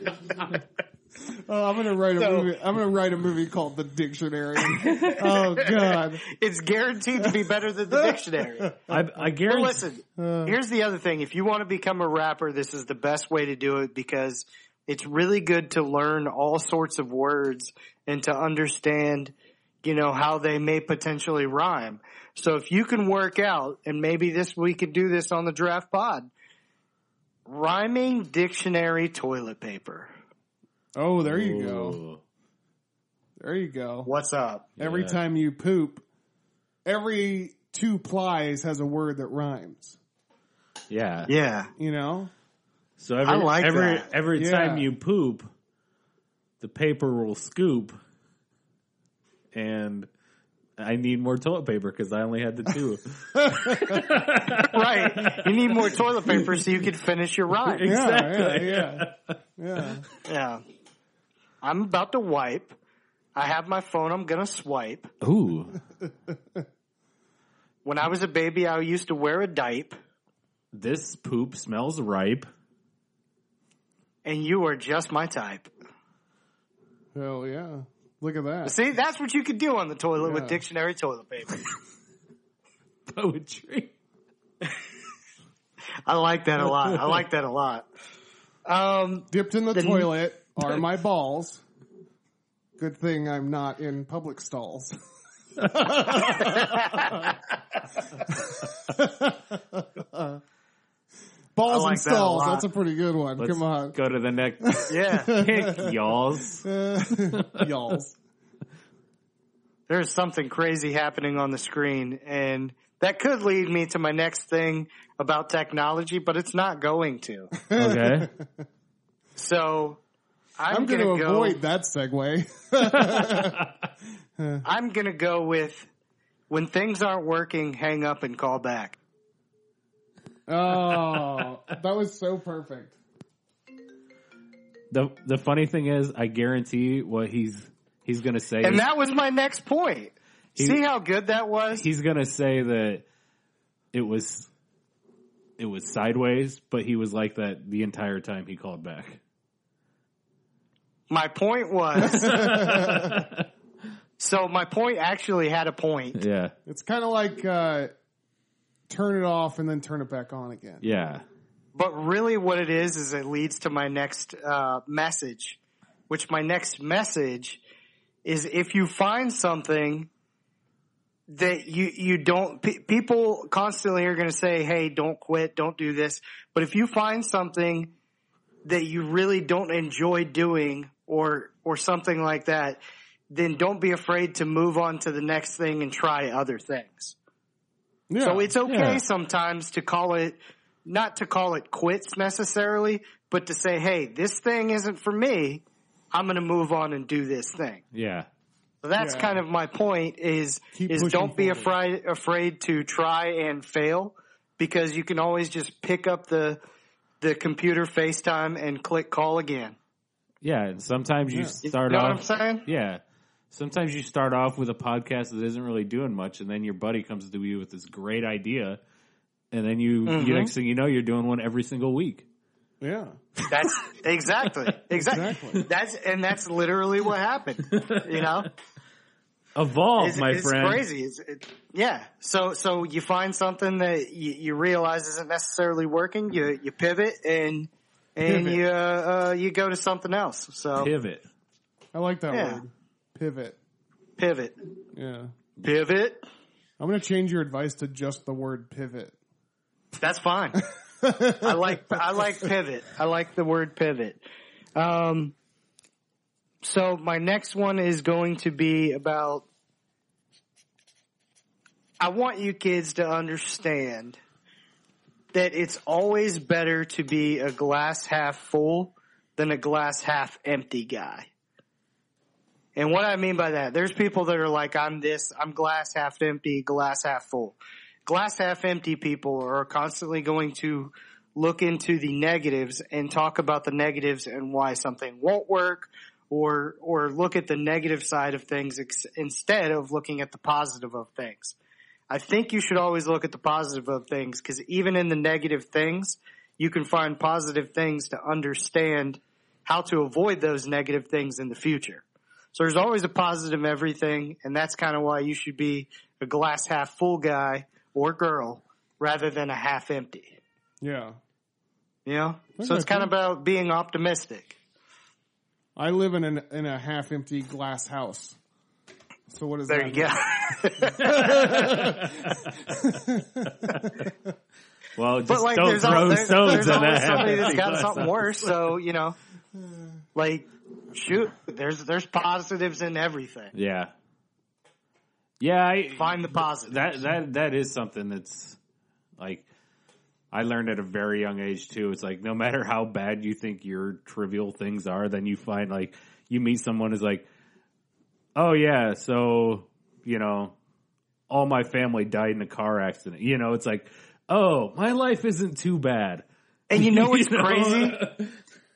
Speaker 2: oh, I'm gonna write a
Speaker 3: So-
Speaker 2: movie. I'm gonna write a movie called The Dictionary. oh God.
Speaker 3: It's guaranteed to be better than the dictionary.
Speaker 4: I, I
Speaker 3: But
Speaker 4: guarantee.
Speaker 3: listen,
Speaker 2: Uh,
Speaker 3: here's the other thing. If you want to become a rapper, this is the best way to do it because it's really good to learn all sorts of words and to understand, you know, how they may potentially rhyme. So if you can work out, and maybe this we could do this on the draft pod, rhyming dictionary toilet paper.
Speaker 2: oh, there you go. There you go.
Speaker 3: What's up?
Speaker 2: Every
Speaker 4: Yeah.
Speaker 2: time you poop, every two plies has a word that rhymes.
Speaker 4: Yeah.
Speaker 3: Yeah.
Speaker 2: You know?
Speaker 4: So every
Speaker 3: I like
Speaker 4: every
Speaker 3: that.
Speaker 4: every
Speaker 2: Yeah.
Speaker 4: time you poop, the paper will scoop, and I need more toilet paper because I only had the two.
Speaker 3: Right. You need more toilet paper so you can finish your rhyme.
Speaker 4: Exactly.
Speaker 2: Yeah, yeah, yeah. yeah.
Speaker 3: Yeah. I'm about to wipe. I have my phone. I'm going to swipe.
Speaker 4: Ooh,
Speaker 3: When I was a baby, I used to wear a diaper,
Speaker 4: this poop smells ripe.
Speaker 3: and you are just my type.
Speaker 2: Hell yeah. Look at that.
Speaker 3: See, that's what you could do on the toilet
Speaker 2: Yeah.
Speaker 3: with dictionary toilet paper.
Speaker 4: Poetry.
Speaker 3: I like that a lot. I like that a lot. Um,
Speaker 2: Dipped in the,
Speaker 3: The-
Speaker 2: toilet are my balls. Good thing I'm not in public stalls.
Speaker 3: I
Speaker 2: balls
Speaker 3: like
Speaker 2: and
Speaker 3: that a
Speaker 2: stalls.
Speaker 3: lot.
Speaker 2: That's a pretty good one.
Speaker 4: Let's
Speaker 2: Come on.
Speaker 4: go to the next
Speaker 3: yeah,
Speaker 4: pick, y'alls.
Speaker 2: Uh, y'alls.
Speaker 3: there's something crazy happening on the screen, and that could lead me to my next thing about technology, but it's not going to.
Speaker 4: Okay.
Speaker 3: So I'm,
Speaker 2: I'm going
Speaker 3: gonna,
Speaker 2: to
Speaker 3: go,
Speaker 2: avoid that segue.
Speaker 3: I'm gonna go with when things aren't working, hang up and call back.
Speaker 2: Oh, that was so perfect.
Speaker 4: the The funny thing is, I guarantee what he's he's gonna say.
Speaker 3: And
Speaker 4: is-
Speaker 3: that was my next point.
Speaker 4: He-
Speaker 3: See how good that was?
Speaker 4: he's gonna say that it was it was sideways, but he was like that the entire time he called back.
Speaker 3: My point was So my point actually had a point.
Speaker 4: Yeah.
Speaker 2: It's kind of like uh, turn it off and then turn it back on again.
Speaker 4: Yeah.
Speaker 3: But really what it is, is it leads to my next uh, message, which my next message is if you find something that you, you don't, pe- people constantly are going to say, Hey, don't quit. Don't do this. But if you find something that you really don't enjoy doing or, or something like that, then don't be afraid to move on to the next thing and try other things.
Speaker 2: Yeah.
Speaker 3: So it's okay
Speaker 4: Yeah.
Speaker 3: sometimes to call it, not to call it quits necessarily, but to say, hey, this thing isn't for me. I'm going to move on and do this thing.
Speaker 4: Yeah.
Speaker 3: So that's
Speaker 2: Yeah.
Speaker 3: kind of my point is,
Speaker 2: Keep
Speaker 3: is
Speaker 2: pushing
Speaker 3: don't be
Speaker 2: forward.
Speaker 3: afraid, afraid to try and fail because you can always just pick up the, the computer FaceTime and click call again.
Speaker 4: Yeah. And sometimes you
Speaker 2: Yeah.
Speaker 4: start
Speaker 3: you know
Speaker 4: off.
Speaker 3: what I'm saying?
Speaker 4: Yeah. Sometimes you start off with a podcast that isn't really doing much, and then your buddy comes to you with this great idea, and then you, you next thing you know, you're doing one every single week.
Speaker 2: yeah.
Speaker 3: That's exactly, exactly.
Speaker 2: Exactly.
Speaker 3: That's, and that's literally what happened, you know?
Speaker 4: Evolve,
Speaker 3: it's,
Speaker 4: my
Speaker 3: it's
Speaker 4: friend.
Speaker 3: crazy. It's, it, yeah. So so you find something that you, you realize isn't necessarily working. You you pivot and and
Speaker 2: Pivot.
Speaker 3: you uh, uh, you go to something else. So
Speaker 4: Pivot.
Speaker 2: I like that
Speaker 3: Yeah.
Speaker 2: word. Pivot.
Speaker 3: pivot,
Speaker 2: Yeah.
Speaker 3: pivot.
Speaker 2: I'm going to change your advice to just the word pivot.
Speaker 3: That's fine. I like I like pivot. I like the word pivot. Um, so my next one is going to be about. I want you kids to understand that it's always better to be a glass half full than a glass half empty guy. And what I mean by that, there's people that are like, I'm this, I'm glass half empty, glass half full. Glass half empty people are constantly going to look into the negatives and talk about the negatives and why something won't work or, or look at the negative side of things ex- instead of looking at the positive of things. I think you should always look at the positive of things because even in the negative things, you can find positive things to understand how to avoid those negative things in the future. So there's always a positive in everything, and that's kind of why you should be a glass half full guy or girl rather than a half empty.
Speaker 2: Yeah.
Speaker 3: You know? So it's kind of about being optimistic.
Speaker 2: I live in an, in a half empty glass house. So what is
Speaker 3: There
Speaker 2: that?
Speaker 3: you go.
Speaker 4: Well, just
Speaker 3: But like,
Speaker 4: don't
Speaker 3: there's,
Speaker 4: throw
Speaker 3: al- there-
Speaker 4: stones
Speaker 3: there's
Speaker 4: in
Speaker 3: always somebody
Speaker 4: that. half-empty
Speaker 3: that's got
Speaker 4: glass
Speaker 3: something
Speaker 4: house.
Speaker 3: worse. So you know, like, shoot, there's there's positives in everything.
Speaker 4: Yeah. Yeah. I,
Speaker 3: Find the positive.
Speaker 4: that that that is something that's like I learned at a very young age too. It's like no matter how bad you think your trivial things are, then you find like you meet someone who's like, oh yeah, so you know, all my family died in a car accident. You know, it's like, oh, my life isn't too bad.
Speaker 3: And you know what's
Speaker 4: You know?
Speaker 3: crazy?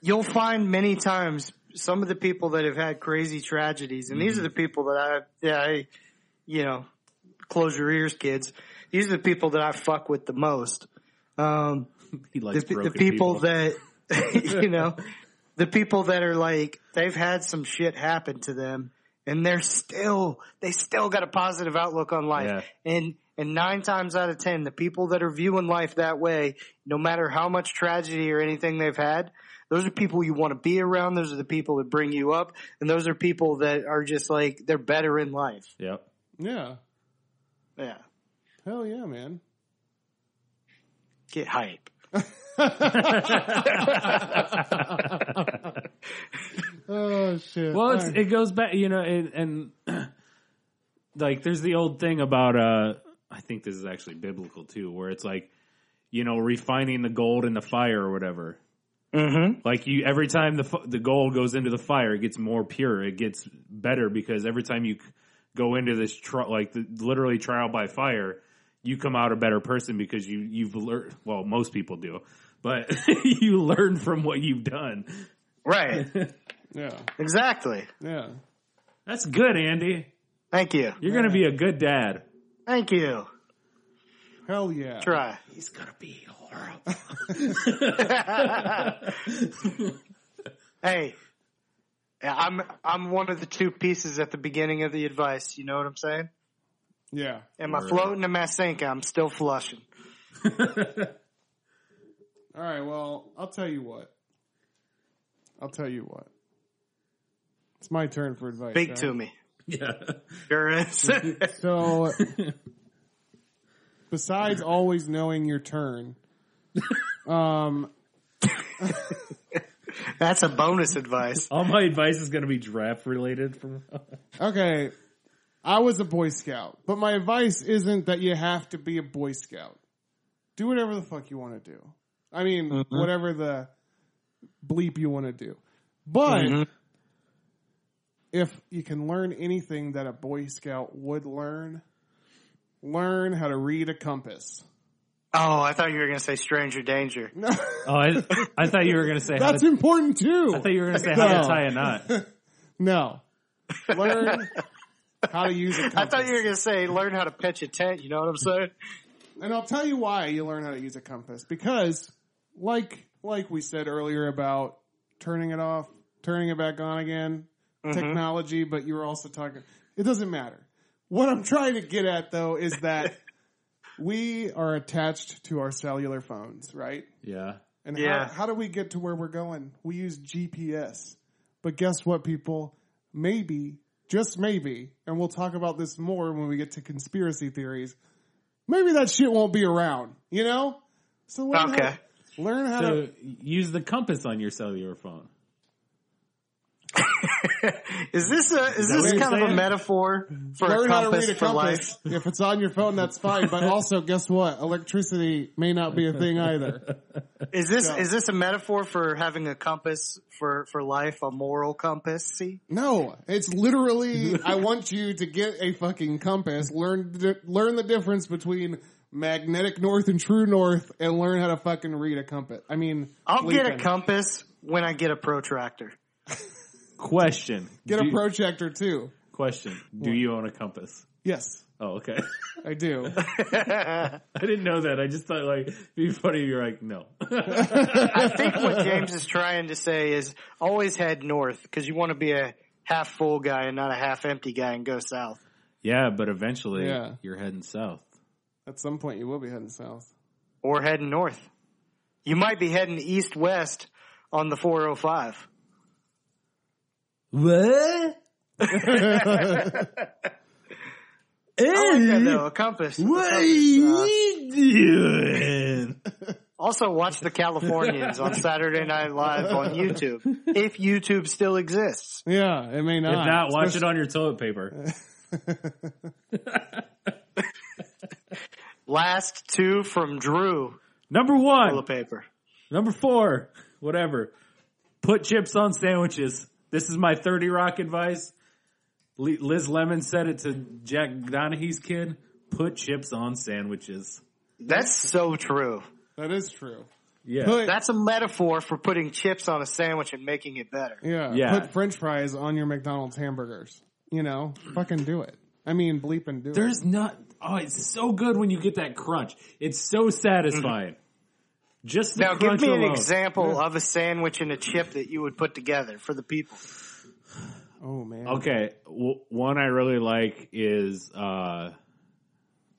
Speaker 3: You'll find many times some of the people that have had crazy tragedies, and these are the people that I, that I, you know, close your ears, kids. These are the people that I fuck with the most. Um,
Speaker 4: He likes
Speaker 3: the, the
Speaker 4: broken
Speaker 3: people, that you know the people that are like they've had some shit happen to them and they're still they still got a positive outlook on life and and nine times out of ten the people that are viewing life that way no matter how much tragedy or anything they've had those are people you want to be around those are the people that bring you up and those are people that are just like they're better in life
Speaker 4: Yep.
Speaker 2: Yeah.
Speaker 3: yeah
Speaker 2: Hell yeah, man.
Speaker 3: get hype
Speaker 2: Oh shit.
Speaker 4: Well, it's,
Speaker 2: All right.
Speaker 4: it goes back, you know, and, and like there's the old thing about uh, I think this is actually biblical too, where it's like, you know, refining the gold in the fire or whatever.
Speaker 3: mm-hmm
Speaker 4: Like you, every time the f- the gold goes into the fire, it gets more pure, it gets better because every time you c- go into this tr- like the, literally trial by fire, you come out a better person because you you've learned. Well, most people do, but you learn from what you've done.
Speaker 3: right
Speaker 2: yeah.
Speaker 3: exactly
Speaker 2: Yeah.
Speaker 4: That's good, Andy.
Speaker 3: thank you
Speaker 4: You're gonna be a good dad.
Speaker 3: thank you
Speaker 2: Hell yeah.
Speaker 3: try
Speaker 4: He's gonna be horrible.
Speaker 3: Hey, Yeah, I'm I'm one of the two pieces at the beginning of the advice. You know what I'm saying?
Speaker 2: Yeah.
Speaker 3: Am I
Speaker 4: Right.
Speaker 3: floating? Am I sinking? I'm still flushing.
Speaker 2: All right. Well, I'll tell you what. I'll tell you what. It's my turn for advice.
Speaker 3: Speak
Speaker 2: right?
Speaker 3: to me.
Speaker 4: yeah.
Speaker 3: Sure is.
Speaker 2: So, besides always knowing your turn,
Speaker 3: That's a bonus advice.
Speaker 4: All my advice is going to be draft related from
Speaker 2: okay, I was a Boy Scout, but my advice isn't that you have to be a Boy Scout. Do whatever the fuck you want to do. I mean,
Speaker 5: Mm-hmm.
Speaker 2: whatever the bleep you want to do. But
Speaker 5: Mm-hmm.
Speaker 2: if you can learn anything that a Boy Scout would learn, learn how to read a compass.
Speaker 3: Oh, I thought you were going to say stranger danger.
Speaker 5: Oh, I, I thought you were going to say how
Speaker 2: That's
Speaker 5: to,
Speaker 2: important too.
Speaker 5: I thought you were going to say how to
Speaker 2: No.
Speaker 5: tie a knot.
Speaker 2: No. Learn how to use a compass.
Speaker 3: I thought you were going to say learn how to pitch a tent. You know what I'm saying?
Speaker 2: and I'll tell you why you learn how to use a compass. Because like like we said earlier about turning it off, turning it back on again, technology, but you were also talking it doesn't matter. What I'm trying to get at though is that we are attached to our cellular phones, right?
Speaker 4: yeah.
Speaker 2: And
Speaker 3: Yeah.
Speaker 2: how, how do we get to where we're going? We use GPS. But guess what, people? Maybe, just maybe, and we'll talk about this more when we get to conspiracy theories. Maybe that shit won't be around, you know? So learn
Speaker 3: Okay.
Speaker 2: how to, learn how to
Speaker 4: So use the compass on your cellular phone.
Speaker 3: Is this a is
Speaker 4: what
Speaker 3: this
Speaker 4: you're
Speaker 3: kind of a
Speaker 4: saying?
Speaker 3: metaphor for a
Speaker 2: learn how to
Speaker 3: compass
Speaker 2: read a
Speaker 3: for life?
Speaker 2: compass. If it's on your phone, that's fine. But also, guess what? Electricity may not be a thing either.
Speaker 3: Is this is this a metaphor for having a compass for for life, a moral compass? See,
Speaker 2: No, it's literally. I want you to get a fucking compass. Learn the- learn the difference between magnetic north and true north, and learn how to fucking read a compass. I mean,
Speaker 3: I'll
Speaker 2: Lincoln.
Speaker 3: get a compass when I get a protractor.
Speaker 4: Question.
Speaker 2: Get a
Speaker 4: Do-
Speaker 2: projector too.
Speaker 4: Question. Do you own a compass?
Speaker 2: Yes,
Speaker 4: Oh, okay.
Speaker 2: I do.
Speaker 4: I didn't know that. I just thought like it'd be funny. if You're like, no.
Speaker 3: I think what James is trying to say is always head north because you want to be a half full guy and not a half empty guy and go south.
Speaker 4: yeah, but eventually
Speaker 2: Yeah.
Speaker 4: you're heading south.
Speaker 2: At some point, you will be heading south.
Speaker 3: or heading north. You might be heading east west on the 405.
Speaker 4: What?
Speaker 3: I like that though, a compass.
Speaker 4: What are you doing?
Speaker 3: Also, watch the Californians on Saturday Night Live on YouTube, if YouTube still exists.
Speaker 2: Yeah, it may
Speaker 4: If
Speaker 2: not.
Speaker 4: not, watch it on your toilet paper.
Speaker 3: Last two from Drew,
Speaker 4: Number
Speaker 3: full
Speaker 4: one,
Speaker 3: of paper.
Speaker 4: number four, whatever. Put chips on sandwiches. This is my 30 Rock advice. Li- Liz Lemon said it to Jack Donahue's kid. Put chips on sandwiches.
Speaker 3: That's so true.
Speaker 2: That is true.
Speaker 4: Yeah.
Speaker 2: Put
Speaker 3: That's a metaphor for putting chips on a sandwich and making it better.
Speaker 2: yeah,
Speaker 4: Yeah.
Speaker 2: Put French fries on your McDonald's hamburgers. You know, fucking do it. I mean, bleep and do it.
Speaker 4: There's not. Oh, it's so good when you get that crunch. It's so satisfying. Just the
Speaker 3: Mm-hmm. Now, give
Speaker 4: crunch
Speaker 3: me an
Speaker 4: alone.
Speaker 3: example of a sandwich and a chip that you would put together for the people.
Speaker 2: Oh man.
Speaker 4: Okay, w- one I really like is uh,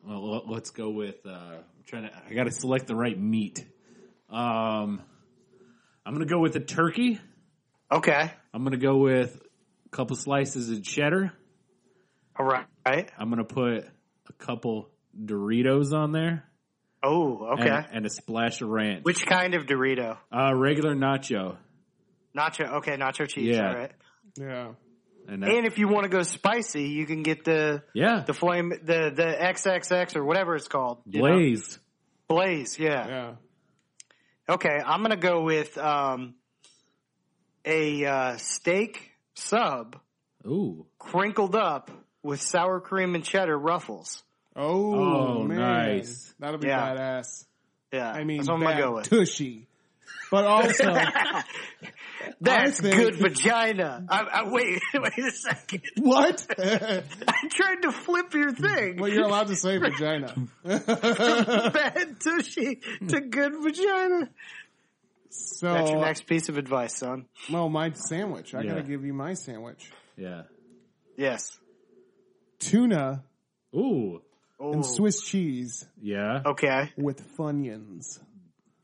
Speaker 4: well, let- let's go with uh, I'm trying to. I got to select the right meat. Um, I'm gonna go with a turkey.
Speaker 3: Okay.
Speaker 4: I'm gonna go with a couple slices of cheddar.
Speaker 3: All right. Right?
Speaker 4: I'm gonna put a couple Doritos on there.
Speaker 3: Oh,
Speaker 4: and-
Speaker 3: okay.
Speaker 4: and a splash of ranch.
Speaker 3: Which kind of Dorito?
Speaker 4: Uh, regular nacho.
Speaker 3: Nacho, okay, nacho cheese.
Speaker 4: Yeah.
Speaker 3: All right.
Speaker 2: Yeah.
Speaker 4: And, that,
Speaker 3: And if you want to go spicy, you can get the
Speaker 4: yeah,
Speaker 3: the flame the the XXX or whatever it's called. you know?
Speaker 4: blaze.
Speaker 3: Blaze, yeah.
Speaker 2: Yeah.
Speaker 3: Okay, I'm gonna go with um, a uh, steak sub
Speaker 4: Ooh.
Speaker 3: crinkled up with sour cream and cheddar ruffles.
Speaker 2: Oh,
Speaker 4: Oh,
Speaker 2: man.
Speaker 4: nice.
Speaker 2: That'll be
Speaker 3: Yeah.
Speaker 2: badass.
Speaker 3: Yeah,
Speaker 2: I mean,
Speaker 3: that's what I'm gonna
Speaker 2: bad
Speaker 3: go with.
Speaker 2: tushy. But also,
Speaker 3: That's
Speaker 2: I think-
Speaker 3: good vagina. I, I, wait, wait a second.
Speaker 2: what?
Speaker 3: I tried to flip your thing.
Speaker 2: well, you're allowed to say vagina.
Speaker 3: Bad tushy to good vagina.
Speaker 2: So,
Speaker 3: That's your next piece of advice, son.
Speaker 2: well, my sandwich. I gotta
Speaker 4: Yeah.
Speaker 2: give you my sandwich.
Speaker 4: Yeah.
Speaker 3: Yes.
Speaker 2: Tuna
Speaker 4: Ooh.
Speaker 3: Oh.
Speaker 2: and Swiss cheese
Speaker 4: Yeah.
Speaker 3: Okay.
Speaker 2: with Funyuns.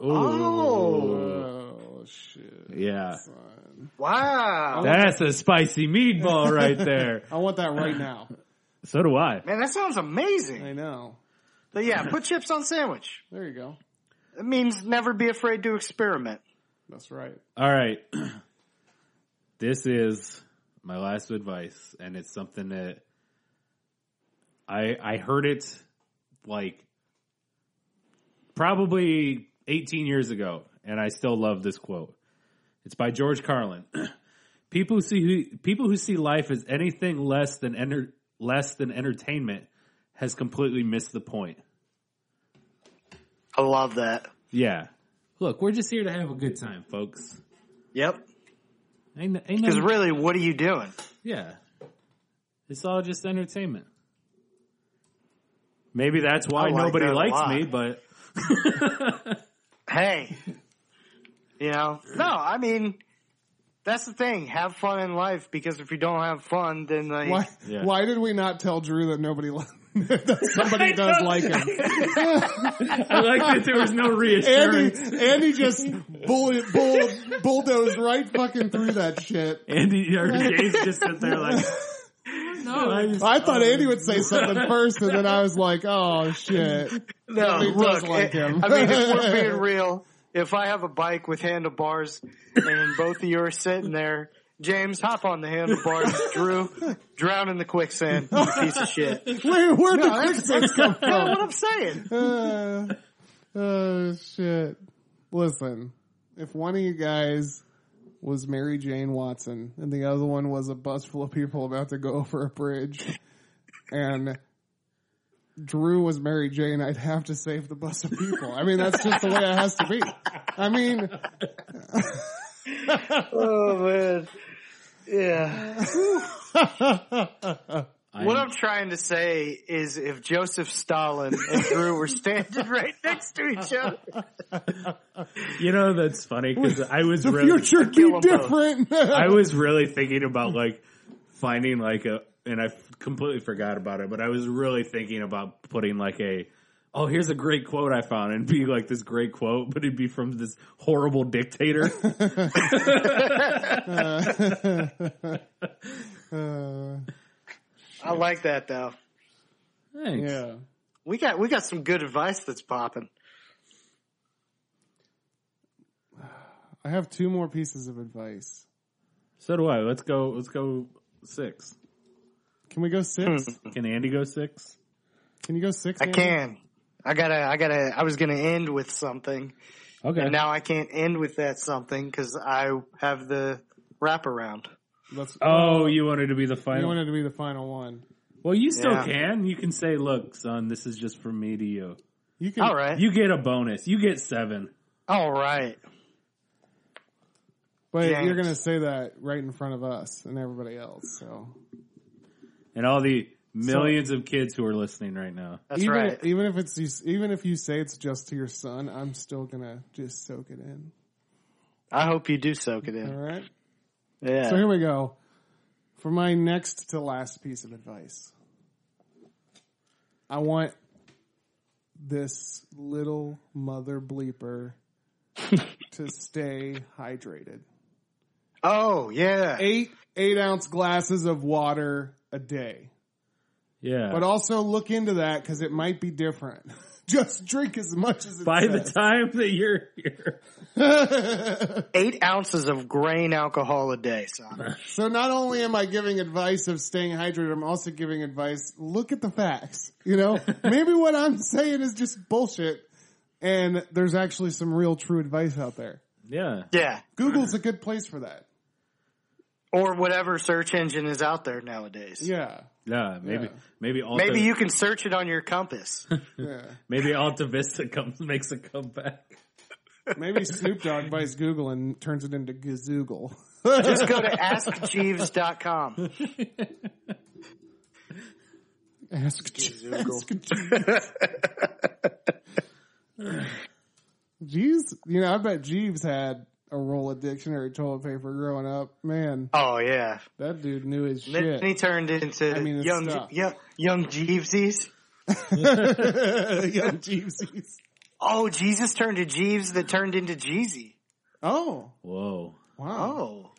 Speaker 4: Ooh.
Speaker 2: Oh shit!
Speaker 4: Yeah.
Speaker 3: Wow.
Speaker 5: That's a spicy meatball right there.
Speaker 2: I want that right now.
Speaker 5: so do I.
Speaker 3: Man, that sounds amazing.
Speaker 2: I know.
Speaker 3: But yeah, put chips on sandwich.
Speaker 2: There you go.
Speaker 3: It means never be afraid to experiment.
Speaker 2: That's right.
Speaker 4: All right. This is my last advice, and it's something that I I heard it like probably 18 years ago, and I still love this quote. It's by George Carlin. people who see who, people who see life as anything less than enter, less than entertainment has completely missed the point.
Speaker 3: I love that.
Speaker 4: Yeah. Look, we're just here to have a good time, folks.
Speaker 3: Yep.
Speaker 4: Ain't, ain't
Speaker 3: Because
Speaker 4: nothing-
Speaker 2: Hmm.
Speaker 3: really, what are you doing?
Speaker 4: Yeah. It's all just entertainment. Maybe that's why
Speaker 3: I like
Speaker 4: nobody
Speaker 3: that a
Speaker 4: likes
Speaker 3: lot.
Speaker 4: me, but
Speaker 3: Hey. You know? No, I mean, that's the thing. Have fun in life because if you don't have fun, then like,
Speaker 2: Why?
Speaker 4: Yeah.
Speaker 2: Why did we not tell Drew that nobody li- that somebody does like him?
Speaker 4: I like that there was no reassurance.
Speaker 2: Andy, Andy just bull, bull, bulldozed right fucking through that shit.
Speaker 4: Andy, or James just sit there like, no, I just,
Speaker 2: I thought Andy would say something first, and then I was like, "Oh shit!"
Speaker 3: no,
Speaker 2: Nobody does
Speaker 3: look.
Speaker 2: like him.
Speaker 3: I mean, if we're being real, if I have a bike with handlebars and both of you are sitting there, James, hop on the handlebars. Drew, drown in the quicksand. you Piece of shit. That's
Speaker 2: Wait, where'd the
Speaker 3: that's-
Speaker 2: quicksand come
Speaker 3: what
Speaker 2: from?
Speaker 3: I'm saying.
Speaker 2: Uh, oh shit! Listen, if one of you guys was Mary Jane Watson and the other one was a bus full of people about to go over a bridge, and Drew was Mary Jane, I'd have to save the bus of people. I mean, that's just the way it has to be. I mean,
Speaker 3: Oh man. Yeah. What I'm trying to say is if Joseph Stalin and Drew were standing right next to each other.
Speaker 4: you know, that's funny because I was
Speaker 2: the
Speaker 4: really,
Speaker 2: future'd
Speaker 3: Kill
Speaker 2: be
Speaker 3: 'em
Speaker 2: different.
Speaker 4: I was really thinking about like finding like a, and I f- completely forgot about it, but I was really thinking about putting like a, oh, here's a great quote I found and be like this great quote, but it'd be from this horrible dictator.
Speaker 2: Uh,
Speaker 3: I like that though.
Speaker 4: Thanks.
Speaker 2: yeah.
Speaker 3: We got we got some good advice that's popping.
Speaker 2: I have two more pieces of advice.
Speaker 4: So do I. Let's go. Let's go six.
Speaker 2: Can we go six?
Speaker 4: Can Andy go six?
Speaker 2: Can you go six?
Speaker 3: Hmm. I
Speaker 2: Andy?
Speaker 3: can. I gotta I gotta I was gonna end with something.
Speaker 4: Okay.
Speaker 3: And now I can't end with that something because I have the wraparound.
Speaker 2: That's,
Speaker 4: oh, you wanted to be the
Speaker 2: you
Speaker 4: final.
Speaker 2: wanted to be the final one.
Speaker 4: well, you still
Speaker 3: Yeah.
Speaker 4: can. You can say, "Look, son, this is just from me to you."
Speaker 2: You can.
Speaker 3: All right.
Speaker 4: You get a bonus. You get seven.
Speaker 3: All right.
Speaker 2: But
Speaker 3: Yanks.
Speaker 2: you're gonna say that right in front of us and everybody else. So
Speaker 4: And all the millions of kids who are listening right now.
Speaker 3: That's
Speaker 2: even,
Speaker 3: right.
Speaker 2: Even if it's you, even if you say it's just to your son, I'm still gonna just soak it in.
Speaker 3: I hope you do soak it
Speaker 2: All
Speaker 3: in.
Speaker 2: right.
Speaker 3: Yeah.
Speaker 2: uh, So here we go. For my next to last piece of advice, I want this little mother bleeper to stay hydrated.
Speaker 3: Oh yeah.
Speaker 2: Eight eight ounce glasses of water a day.
Speaker 4: Yeah.
Speaker 2: But also look into that because it might be different. Just drink as much as it
Speaker 4: By the
Speaker 2: says.
Speaker 4: time that you're here,
Speaker 3: Eight ounces of grain alcohol a day, son.
Speaker 2: So not only am I giving advice of staying hydrated, I'm also giving advice. Look at the facts. You know, maybe what I'm saying is just bullshit, and there's actually some real true advice out there.
Speaker 4: yeah,
Speaker 3: Yeah.
Speaker 2: Google's a good place for that.
Speaker 3: Or whatever search engine is out there nowadays.
Speaker 2: Yeah,
Speaker 4: yeah, maybe,
Speaker 2: Yeah.
Speaker 4: maybe Alta,
Speaker 3: Maybe you can search it on your compass.
Speaker 2: yeah.
Speaker 4: maybe Alta Vista comes makes a comeback.
Speaker 2: Maybe Snoop Dogg buys Google and turns it into Gazoogle.
Speaker 3: Just go to askjeeves.com.
Speaker 2: Ask Google. Jeeves, you know, I bet Jeeves had a roll of dictionary toilet paper growing up. Man,
Speaker 3: Oh yeah.
Speaker 2: that dude knew his
Speaker 3: Then
Speaker 2: shit.
Speaker 3: he turned into
Speaker 2: I mean, it's
Speaker 3: young,
Speaker 2: stuff.
Speaker 3: young, young Jeevesies.
Speaker 2: Young Jeevesies.
Speaker 3: Oh, Jesus turned to Jeeves that turned into Jeezy.
Speaker 2: Oh,
Speaker 4: Whoa.
Speaker 2: wow.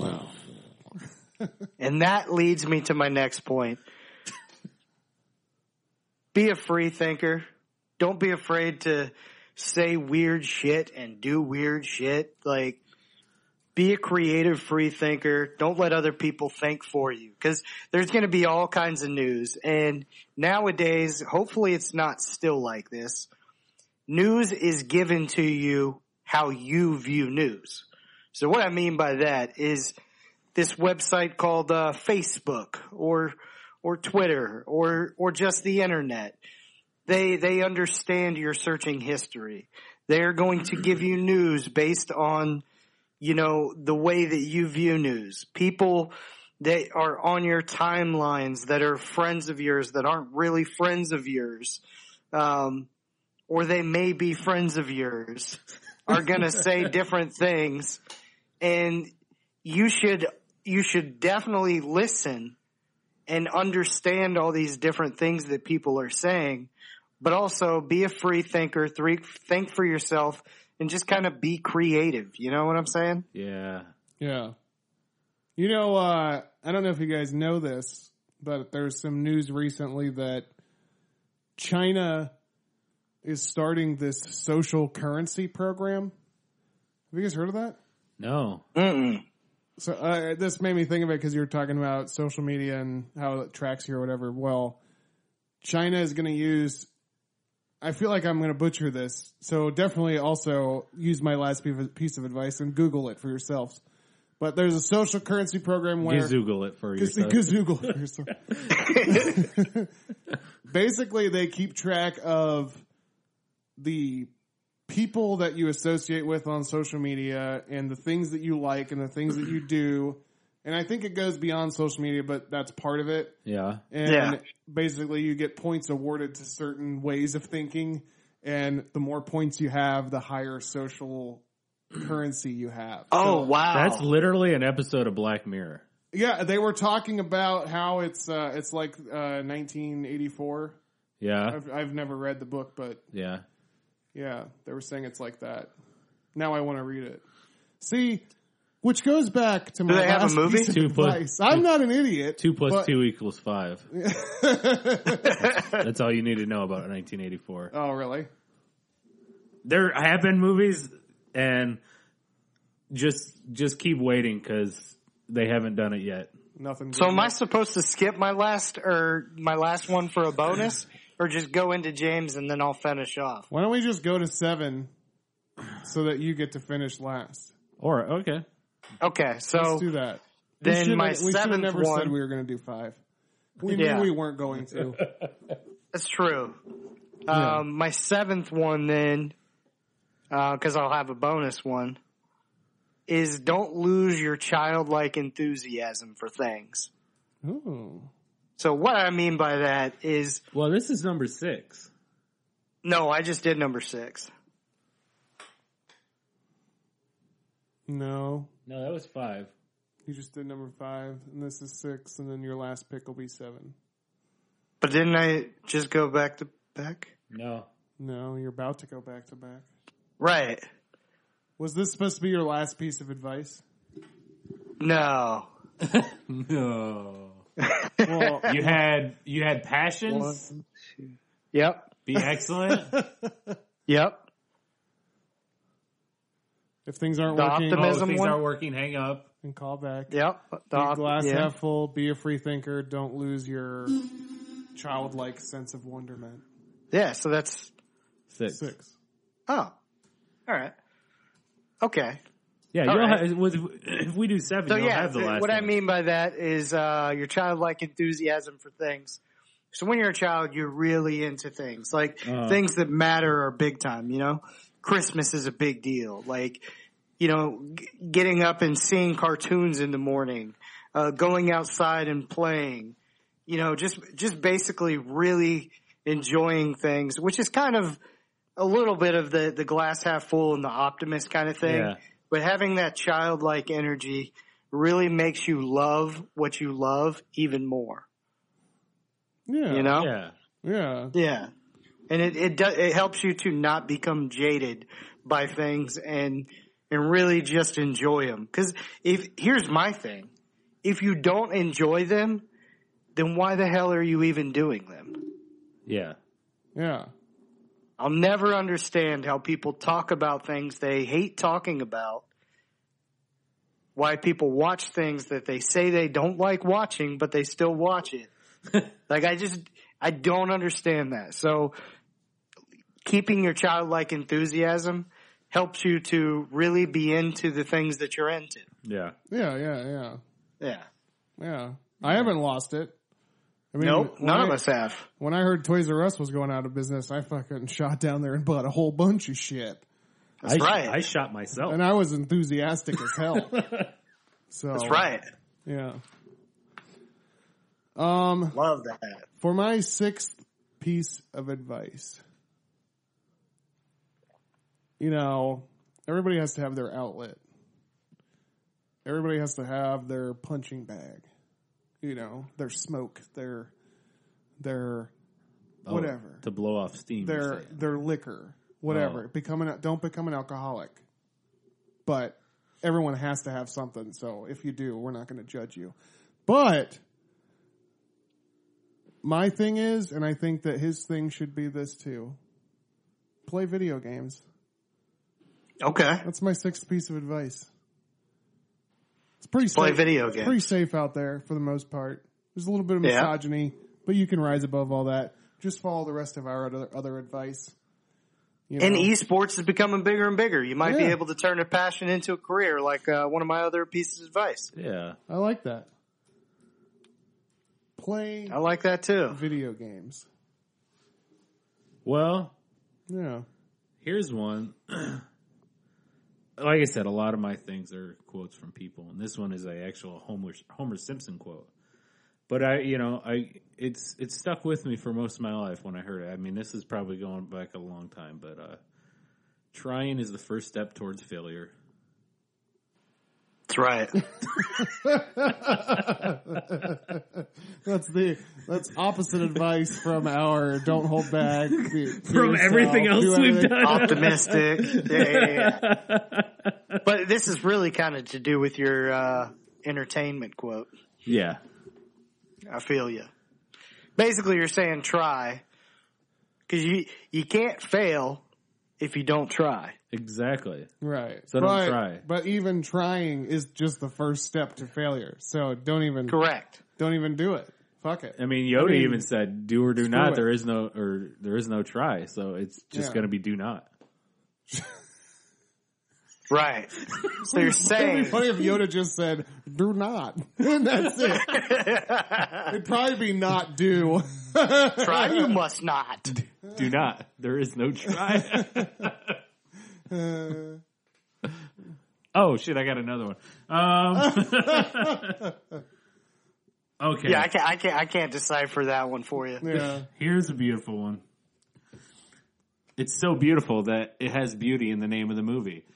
Speaker 3: Oh. and that leads me to my next point. be a free thinker. Don't be afraid to say weird shit and do weird shit. Like, be a creative free thinker. Don't let other people think for you because there's going to be all kinds of news. And nowadays, hopefully it's not still like this. News is given to you how you view news. So what I mean by that is this website called uh, Facebook or or Twitter or or just the internet. They they understand your searching history. They're going to give you news based on you know the way that you view news. People that are on your timelines that are friends of yours that aren't really friends of yours. Um, or they may be friends of yours are going to say different things and you should you should definitely listen and understand all these different things that people are saying but also be a free thinker three, think for yourself and just kind of be creative you know what i'm saying
Speaker 4: Yeah.
Speaker 2: Yeah. You know, uh, I don't know if you guys know this, but there's some news recently that China is starting this social currency program. Have you guys heard of that?
Speaker 4: No.
Speaker 3: Mm-mm.
Speaker 2: So uh, this made me think of it because you were talking about social media and how it tracks you or whatever. Well, China is going to use. I feel like I'm going to butcher this, so definitely also use my last piece of- piece of advice and Google it for yourselves. But there's a social currency program where
Speaker 4: Google it for
Speaker 2: Gaz-
Speaker 4: yourself.
Speaker 2: Gazoogle or something. Basically, they keep track of the people that you associate with on social media and the things that you like and the things that you do. And I think it goes beyond social media, but that's part of it.
Speaker 4: Yeah.
Speaker 2: And
Speaker 3: Yeah.
Speaker 2: basically, you get points awarded to certain ways of thinking. And the more points you have, the higher social currency you have.
Speaker 3: oh wow
Speaker 5: That's literally an episode of Black Mirror.
Speaker 2: Yeah, they were talking about how it's uh, it's like uh, 1984.
Speaker 4: Yeah.
Speaker 2: I've, I've never read the book, but
Speaker 4: Yeah.
Speaker 2: yeah, they were saying it's like that. Now I want to read it. See, which goes back to my
Speaker 3: they have a
Speaker 2: last
Speaker 3: movie?
Speaker 2: piece of
Speaker 4: Two plus-
Speaker 2: advice. I'm not an idiot.
Speaker 4: Two plus
Speaker 2: but-
Speaker 4: two equals five. That's all you need to know about 1984.
Speaker 2: Oh, really?
Speaker 4: there have been movies and just just keep waiting because they haven't done it yet
Speaker 2: Nothing.
Speaker 3: so
Speaker 2: good.
Speaker 3: am i supposed to skip my last or my last one for a bonus or just go into james and then i'll finish off
Speaker 2: Why don't we just go to seven, so that you get to finish last?
Speaker 4: or okay
Speaker 3: okay so
Speaker 2: Let's do that. We
Speaker 3: then
Speaker 2: should've-
Speaker 3: my
Speaker 2: we should've
Speaker 3: seventh
Speaker 2: never
Speaker 3: one
Speaker 2: said we were going to do five. We
Speaker 3: Yeah.
Speaker 2: knew we weren't going to.
Speaker 3: That's true.
Speaker 2: Yeah.
Speaker 3: Um, my seventh one then, because I'll have a bonus one, is don't lose your childlike enthusiasm for things.
Speaker 2: Ooh.
Speaker 3: So what I mean by that is,
Speaker 4: well this is number six
Speaker 3: no, I just did number six.
Speaker 2: No,
Speaker 4: no that was five
Speaker 2: You just did number five, and this is six, and then your last pick will be seven.
Speaker 3: But didn't I just go back to back?
Speaker 4: no
Speaker 2: No, you're about to go back to back.
Speaker 3: Right.
Speaker 2: Was this supposed to be your last piece of advice?
Speaker 3: No.
Speaker 4: no
Speaker 2: Well,
Speaker 5: You had you had passions.
Speaker 3: Yep.
Speaker 5: Be excellent.
Speaker 3: Yep.
Speaker 2: if things aren't
Speaker 3: The
Speaker 2: working,
Speaker 5: oh,
Speaker 3: optimism-
Speaker 5: if things
Speaker 3: one?
Speaker 5: aren't working. Hang up.
Speaker 2: and call back.
Speaker 3: Yep. The
Speaker 2: Be glass
Speaker 3: yeah.
Speaker 2: half full. Be a free thinker. Don't lose your childlike sense of wonderment.
Speaker 3: Yeah. So that's
Speaker 4: six,
Speaker 2: Six.
Speaker 3: oh, all right. Okay.
Speaker 4: yeah
Speaker 3: All
Speaker 4: you'll
Speaker 3: right.
Speaker 4: have, with, if we do seven
Speaker 3: So
Speaker 4: you'll
Speaker 3: yeah,
Speaker 4: have the
Speaker 3: th-
Speaker 4: last
Speaker 3: what I
Speaker 4: one.
Speaker 3: mean by that is uh, your childlike enthusiasm for things. So when you're a child, you're really into things like
Speaker 4: Uh-huh.
Speaker 3: things that matter are big time. You know, Christmas is a big deal. Like, you know, g- getting up and seeing cartoons in the morning, uh, going outside and playing. You know, just just basically really enjoying things, which is kind of a little bit of the, the glass half full and the optimist kind of thing.
Speaker 4: Yeah.
Speaker 3: But having that childlike energy really makes you love what you love even more.
Speaker 2: Yeah.
Speaker 3: You know?
Speaker 4: Yeah.
Speaker 2: Yeah.
Speaker 3: Yeah. And it, it does, it helps you to not become jaded by things and, and really just enjoy them. Cause if, here's my thing. If you don't enjoy them, then why the hell are you even doing them?
Speaker 4: Yeah.
Speaker 2: Yeah.
Speaker 3: I'll never understand how people talk about things they hate talking about. Why people watch things that they say they don't like watching, but they still watch it. like I just, I don't understand that. So keeping your childlike enthusiasm helps you to really be into the things that you're into.
Speaker 4: Yeah.
Speaker 2: Yeah. Yeah. Yeah.
Speaker 3: Yeah.
Speaker 2: Yeah. I haven't lost it. I mean,
Speaker 3: Nope.
Speaker 2: when
Speaker 3: None
Speaker 2: I-
Speaker 3: of us have.
Speaker 2: When I heard Toys R Us was going out of business, I fucking shot down there and bought a whole bunch of shit.
Speaker 3: That's
Speaker 4: I,
Speaker 3: right.
Speaker 4: I shot myself.
Speaker 2: And I was enthusiastic as hell. So
Speaker 3: That's right.
Speaker 2: Yeah.
Speaker 3: Love that.
Speaker 2: For my sixth piece of advice, you know, everybody has to have their outlet. Everybody has to have their punching bag, you know, their smoke, their, their,
Speaker 4: Oh,
Speaker 2: whatever,
Speaker 4: To blow off steam. you're
Speaker 2: their,
Speaker 4: saying.
Speaker 2: their liquor, whatever.
Speaker 4: Oh.
Speaker 2: Become an, don't become an alcoholic, but everyone has to have something. So if you do, we're not going to judge you. But my thing is, and I think that his thing should be this too. Play video games.
Speaker 3: Okay.
Speaker 2: That's my sixth piece of advice. It's pretty
Speaker 3: Play
Speaker 2: safe.
Speaker 3: video
Speaker 2: it's
Speaker 3: games.
Speaker 2: Pretty safe out there for the most part. There's a little bit of
Speaker 3: Yeah.
Speaker 2: misogyny, but you can rise above all that. Just follow the rest of our other, other advice. You
Speaker 3: And e-
Speaker 2: know?
Speaker 3: esports is becoming bigger and bigger. You might be
Speaker 2: Yeah.
Speaker 3: able to turn a passion into a career, like uh, one of my other pieces of advice.
Speaker 4: Yeah.
Speaker 2: I like that. Play
Speaker 3: I like that too.
Speaker 2: video games.
Speaker 4: Well,
Speaker 2: Yeah.
Speaker 4: here's one. like I said, a lot of my things are quotes from people, and this one is a actual Homer Homer Simpson quote. But I, you know, I it's it stuck with me for most of my life when I heard it. I mean, this is probably going back a long time, but uh trying is the first step towards failure.
Speaker 3: That's right.
Speaker 2: That's the that's opposite advice from our don't hold back be- be
Speaker 4: From everything
Speaker 2: yourself,
Speaker 4: else
Speaker 2: do
Speaker 4: we've
Speaker 2: everything.
Speaker 4: done.
Speaker 3: Optimistic. Yeah, yeah, yeah. But this is really kind of to do with your uh, entertainment quote.
Speaker 4: Yeah.
Speaker 3: I feel you. Basically, you're saying try because you you can't fail if you don't try.
Speaker 4: Exactly.
Speaker 2: Right.
Speaker 4: So don't
Speaker 2: but,
Speaker 4: try.
Speaker 2: But even trying is just the first step to failure. So don't even
Speaker 3: Correct.
Speaker 2: don't even do it. Fuck it.
Speaker 4: I mean, Yoda
Speaker 2: mean,
Speaker 4: even said, "Do or do
Speaker 2: screw
Speaker 4: not.
Speaker 2: it.
Speaker 4: There is no or there is no try. So it's just
Speaker 2: Yeah.
Speaker 4: going to be do not."
Speaker 3: Right. So you're
Speaker 2: It'd be
Speaker 3: saying
Speaker 2: funny if Yoda just said "do not," and that's it. It'd probably be not do.
Speaker 3: try you must not.
Speaker 4: Do not. There is no try. oh shit! I got another one. Um, okay.
Speaker 3: Yeah, I can't. I can't. I can't decipher that one for you.
Speaker 2: Yeah.
Speaker 4: Here's a beautiful one. It's so beautiful that it has beauty in the name of the movie.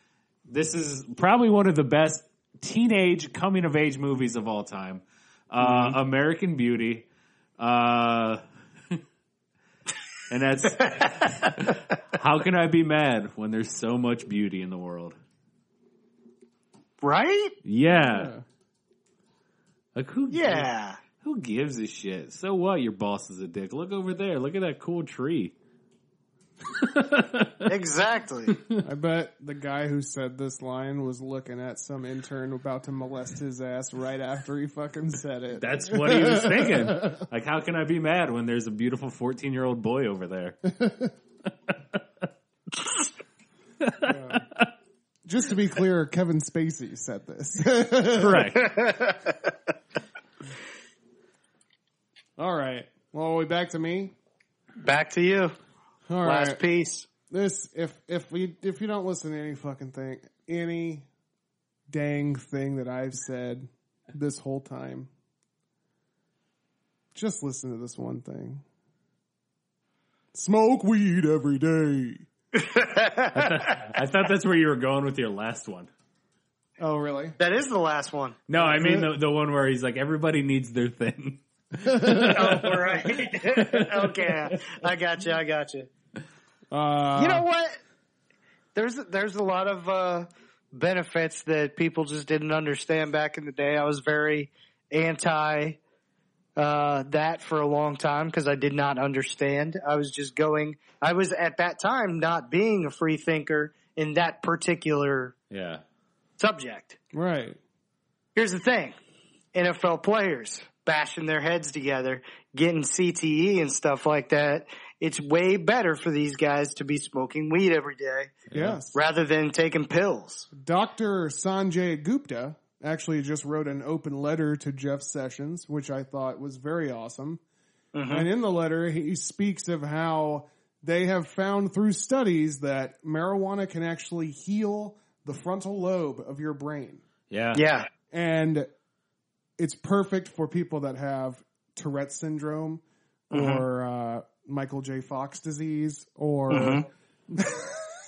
Speaker 4: This is probably one of the best teenage coming of age movies of all time. Uh,
Speaker 3: Mm-hmm.
Speaker 4: American Beauty. Uh, and that's how can I be mad when there's so much beauty in the world?
Speaker 3: Right?
Speaker 4: Yeah. Like who?
Speaker 3: Yeah.
Speaker 4: Who gives a shit? So what? Your boss is a dick. Look over there. Look at that cool tree.
Speaker 3: Exactly.
Speaker 2: I bet the guy who said this line was looking at some intern about to molest his ass right after he fucking said it.
Speaker 4: That's what he was thinking. Like, how can I be mad when there's a beautiful 14 year old boy over there?
Speaker 2: Just to be clear, Kevin Spacey said this.
Speaker 4: Correct.
Speaker 2: All right. Well, are we back to me?
Speaker 3: Back to you.
Speaker 2: All right.
Speaker 3: Last piece.
Speaker 2: this if if we if you don't listen to any fucking thing, any dang thing that I've said this whole time, just listen to this one thing. Smoke weed every day.
Speaker 5: I thought that's where you were going with your last one.
Speaker 2: Oh, really?
Speaker 3: That is the last one.
Speaker 5: No, I mean the, the one where he's like, everybody needs their thing.
Speaker 3: Oh, right. okay. I got you. I got you.
Speaker 2: Uh,
Speaker 3: You know what? There's there's a lot of uh, benefits that people just didn't understand back in the day. I was very anti uh, that for a long time because I did not understand. I was just going. I was at that time not being a free thinker in that particular
Speaker 5: Yeah.
Speaker 3: subject.
Speaker 2: right?
Speaker 3: Here's the thing NFL players bashing their heads together, getting CTE and stuff like that. It's way better for these guys to be smoking weed every day
Speaker 2: Yes.
Speaker 3: rather than taking pills.
Speaker 2: Dr. Sanjay Gupta actually just wrote an open letter to Jeff Sessions, which I thought was very awesome.
Speaker 5: Mm-hmm.
Speaker 2: And in the letter, he speaks of how they have found through studies that marijuana can actually heal the frontal lobe of your brain.
Speaker 5: Yeah.
Speaker 3: Yeah.
Speaker 2: And it's perfect for people that have Tourette syndrome
Speaker 5: Mm-hmm.
Speaker 2: or uh, Michael J. Fox disease or.
Speaker 5: Mm-hmm.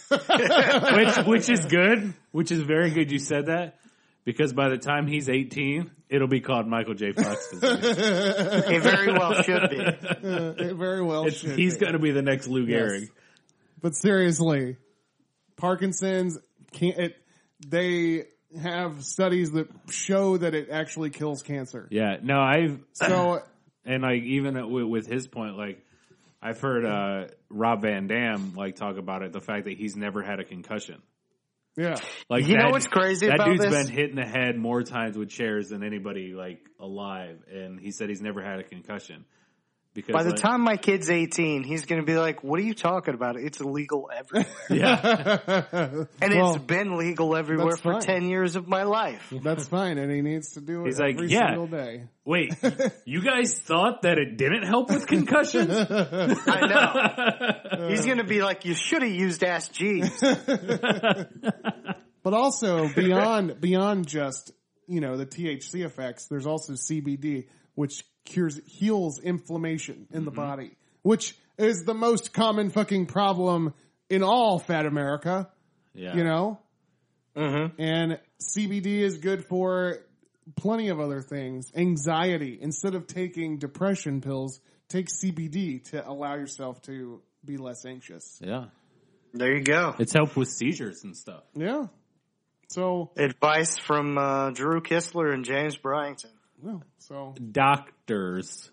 Speaker 5: Which, which is good. Which is very good you said that. Because by the time he's 18, it'll be called Michael J. Fox disease.
Speaker 3: It very well should be.
Speaker 2: Uh, it very well
Speaker 5: It's-
Speaker 2: should
Speaker 5: he's
Speaker 2: be.
Speaker 5: going to be the next Lou
Speaker 2: Yes.
Speaker 5: Gehrig.
Speaker 2: But seriously, Parkinson's can't. It, they have studies that show that it actually kills cancer.
Speaker 5: Yeah. No, I've,
Speaker 2: So
Speaker 5: and like even at- with, with his point, like I've heard uh, Rob Van Dam like talk about it, the fact that he's never had a concussion.
Speaker 2: yeah,
Speaker 5: Like
Speaker 3: You know
Speaker 5: that-
Speaker 3: what's crazy
Speaker 5: That
Speaker 3: about
Speaker 5: dude's
Speaker 3: this?
Speaker 5: been hit in the head more times with chairs than anybody like alive, and he said he's never had a concussion because
Speaker 3: By the
Speaker 5: like-
Speaker 3: time my kid's 18, he's going to be like, What are you talking about? It's illegal everywhere.
Speaker 5: yeah,
Speaker 3: And
Speaker 2: Well,
Speaker 3: it's been legal everywhere
Speaker 2: that's
Speaker 3: for
Speaker 2: fine.
Speaker 3: 10 years of my life.
Speaker 2: that's fine, and he needs to do it
Speaker 5: He's like,
Speaker 2: every
Speaker 5: yeah.
Speaker 2: single day.
Speaker 5: wait, you guys thought that it didn't help with concussions?
Speaker 3: I know. He's going to be like, You should have used Ask Jeeves.
Speaker 2: But also beyond beyond just you know the THC effects, there's also CBD, which cures heals inflammation in
Speaker 5: Mm-hmm.
Speaker 2: the body, which is the most common fucking problem in all fat America.
Speaker 5: yeah,
Speaker 2: you know and cbd is good for plenty of other things anxiety instead of taking depression pills take cbd to allow yourself to be less anxious
Speaker 5: yeah.
Speaker 3: There you go.
Speaker 5: It's helped with seizures and stuff.
Speaker 2: yeah so
Speaker 3: Advice from uh, Drew Kistler and James Bryington
Speaker 2: no so
Speaker 5: Doctors,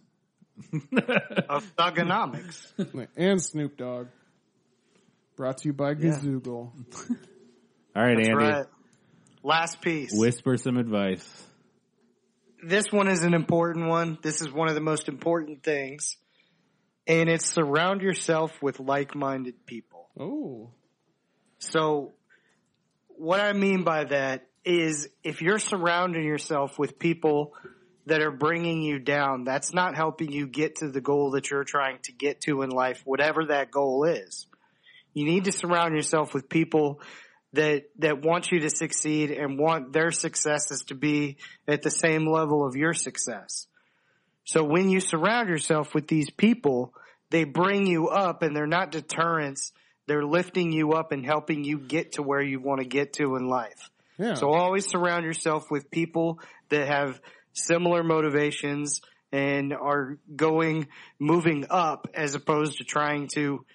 Speaker 3: of thugonomics.
Speaker 2: and snoop dogg brought to you by gazoogle
Speaker 5: all right,
Speaker 3: That's
Speaker 5: Andy,
Speaker 3: right. Last piece.
Speaker 5: whisper some advice.
Speaker 3: this one is an important one. This is one of the most important things. And it's surround yourself with like minded people.
Speaker 2: oh
Speaker 3: So, what I mean by that is if you're surrounding yourself with people that are bringing you down, that's not helping you get to the goal that you're trying to get to in life, whatever that goal is. You need to surround yourself with people that that want you to succeed and want their successes to be at the same level of your success. So when you surround yourself with these people, they bring you up and they're not deterrents. They're lifting you up and helping you get to where you want to get to in life.
Speaker 2: yeah
Speaker 3: So always surround yourself with people that have similar motivations and are going, moving up as opposed to trying to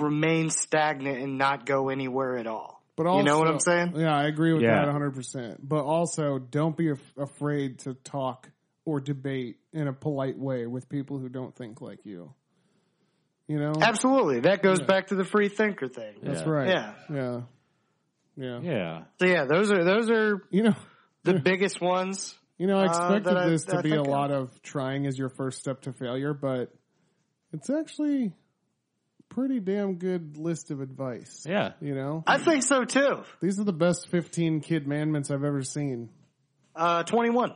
Speaker 3: remain stagnant and not go anywhere at all.
Speaker 2: But also,
Speaker 3: you know what I'm saying?
Speaker 2: Yeah, I agree with
Speaker 5: Yeah.
Speaker 2: that 100%. But also, don't be af- afraid to talk or debate in a polite way with people who don't think like you. You know?
Speaker 3: Absolutely. That goes back to the free thinker thing.
Speaker 2: That's
Speaker 5: Yeah.
Speaker 2: right.
Speaker 3: Yeah.
Speaker 2: Yeah. Yeah.
Speaker 5: Yeah,
Speaker 3: So yeah, those are, those are
Speaker 2: You know,
Speaker 3: the biggest ones.
Speaker 2: you know, I
Speaker 3: Uh,
Speaker 2: expected
Speaker 3: that I-
Speaker 2: this to
Speaker 3: I
Speaker 2: be a
Speaker 3: think I-
Speaker 2: lot of trying as your first step to failure, but it's actually pretty damn good list of advice.
Speaker 5: yeah.
Speaker 2: You know?
Speaker 3: I think so too.
Speaker 2: These are the best 15 kid mandments I've ever seen.
Speaker 3: Uh, 21.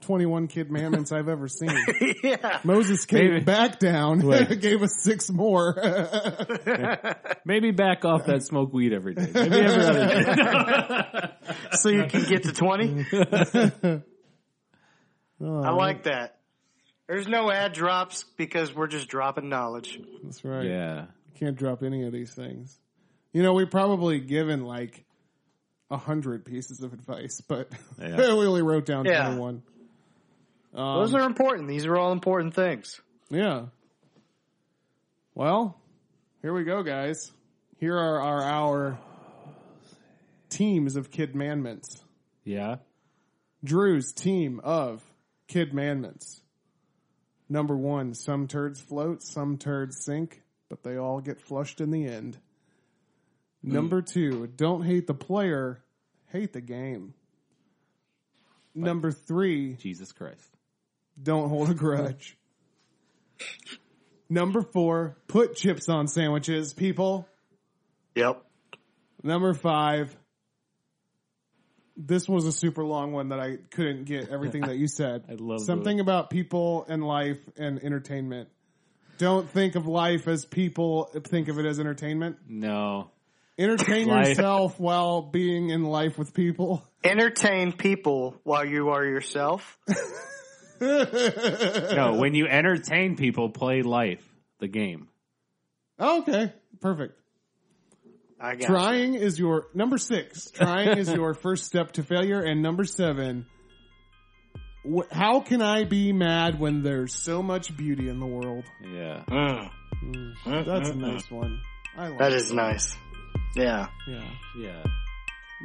Speaker 2: 21 kid mammoths I've ever seen.
Speaker 3: yeah.
Speaker 2: Moses came
Speaker 5: Maybe.
Speaker 2: back down,
Speaker 5: Wait.
Speaker 2: gave us six more.
Speaker 5: Maybe back off that smoke weed every day. Maybe every other day.
Speaker 3: So you can get to 20.
Speaker 2: Oh,
Speaker 3: I like that. There's no ad drops because we're just dropping knowledge.
Speaker 2: That's right.
Speaker 5: Yeah.
Speaker 2: Can't drop any of these things. You know, we probably given like a hundred pieces of advice, but
Speaker 5: Yeah.
Speaker 2: we only wrote down
Speaker 3: Yeah.
Speaker 2: twenty one.
Speaker 3: Those are important. These are all important things.
Speaker 2: Yeah. Well, here we go, guys. Here are our our teams of kid manments.
Speaker 5: Yeah.
Speaker 2: Drew's team of kid manments. Number one, some turds float, some turds sink, but they all get flushed in the end. Number two, don't hate the player, hate the game. Number three,
Speaker 5: Jesus Christ.
Speaker 2: don't hold a grudge. Number four, put chips on sandwiches, people.
Speaker 3: Yep.
Speaker 2: Number five. This was a super long one that I couldn't get everything that you said. I
Speaker 5: love
Speaker 2: something about people and life and entertainment. Don't think of life as people. Think of it as entertainment.
Speaker 5: No.
Speaker 2: Entertain
Speaker 5: Life.
Speaker 2: yourself while being in life with people.
Speaker 3: Entertain people while you are yourself.
Speaker 5: No, when you entertain people, play life, the game.
Speaker 2: Okay, perfect.
Speaker 3: I got it.
Speaker 2: Trying is your number six. Trying is your first step to failure, and number seven. wh- How can I be mad when there's so much beauty in the world?
Speaker 5: Yeah.
Speaker 3: Mm,
Speaker 2: That's a nice one. I like
Speaker 3: that is nice. Yeah.
Speaker 2: Yeah.
Speaker 5: Yeah.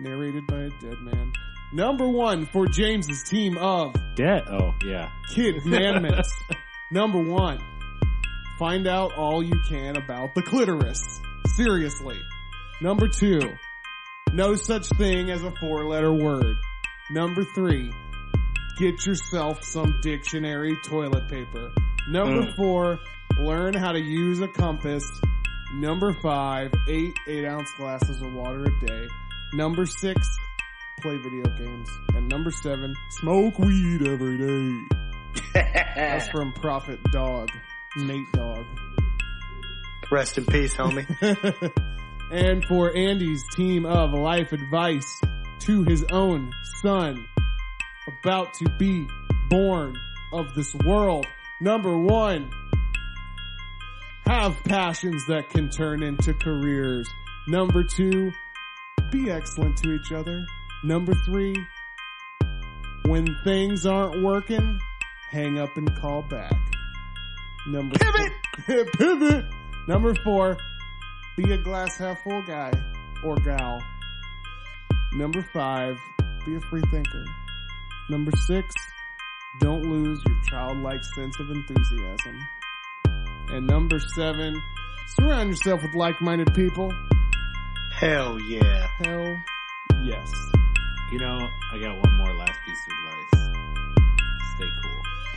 Speaker 2: Narrated by a dead man. Number one for James's team of
Speaker 5: Debt. Oh, yeah.
Speaker 2: Kid Manments. Number one. Find out all you can about the clitoris. Seriously. Number two. No such thing as a four letter word. Number three. Get yourself some dictionary toilet paper. Number four. Learn how to use a compass. Number five. Eight eight ounce glasses of water a day. Number six. Play video games. And number seven. Smoke weed every day. That's from Prophet Dog, Nate Dog.
Speaker 3: Rest in peace, homie.
Speaker 2: and for Andy's team of life advice to his own son, about to be born of this world. Number one, have passions that can turn into careers. Number two, be excellent to each other. Number three, when things aren't working, hang up and call back. Number pivot, pivot. Number four, be a glass half full guy or gal. Number five, be a free thinker. Number six, don't lose your childlike sense of enthusiasm. And number seven, surround yourself with like-minded people.
Speaker 3: Hell yeah.
Speaker 2: Hell yes.
Speaker 5: You know, I got one more last piece of advice. Stay cool.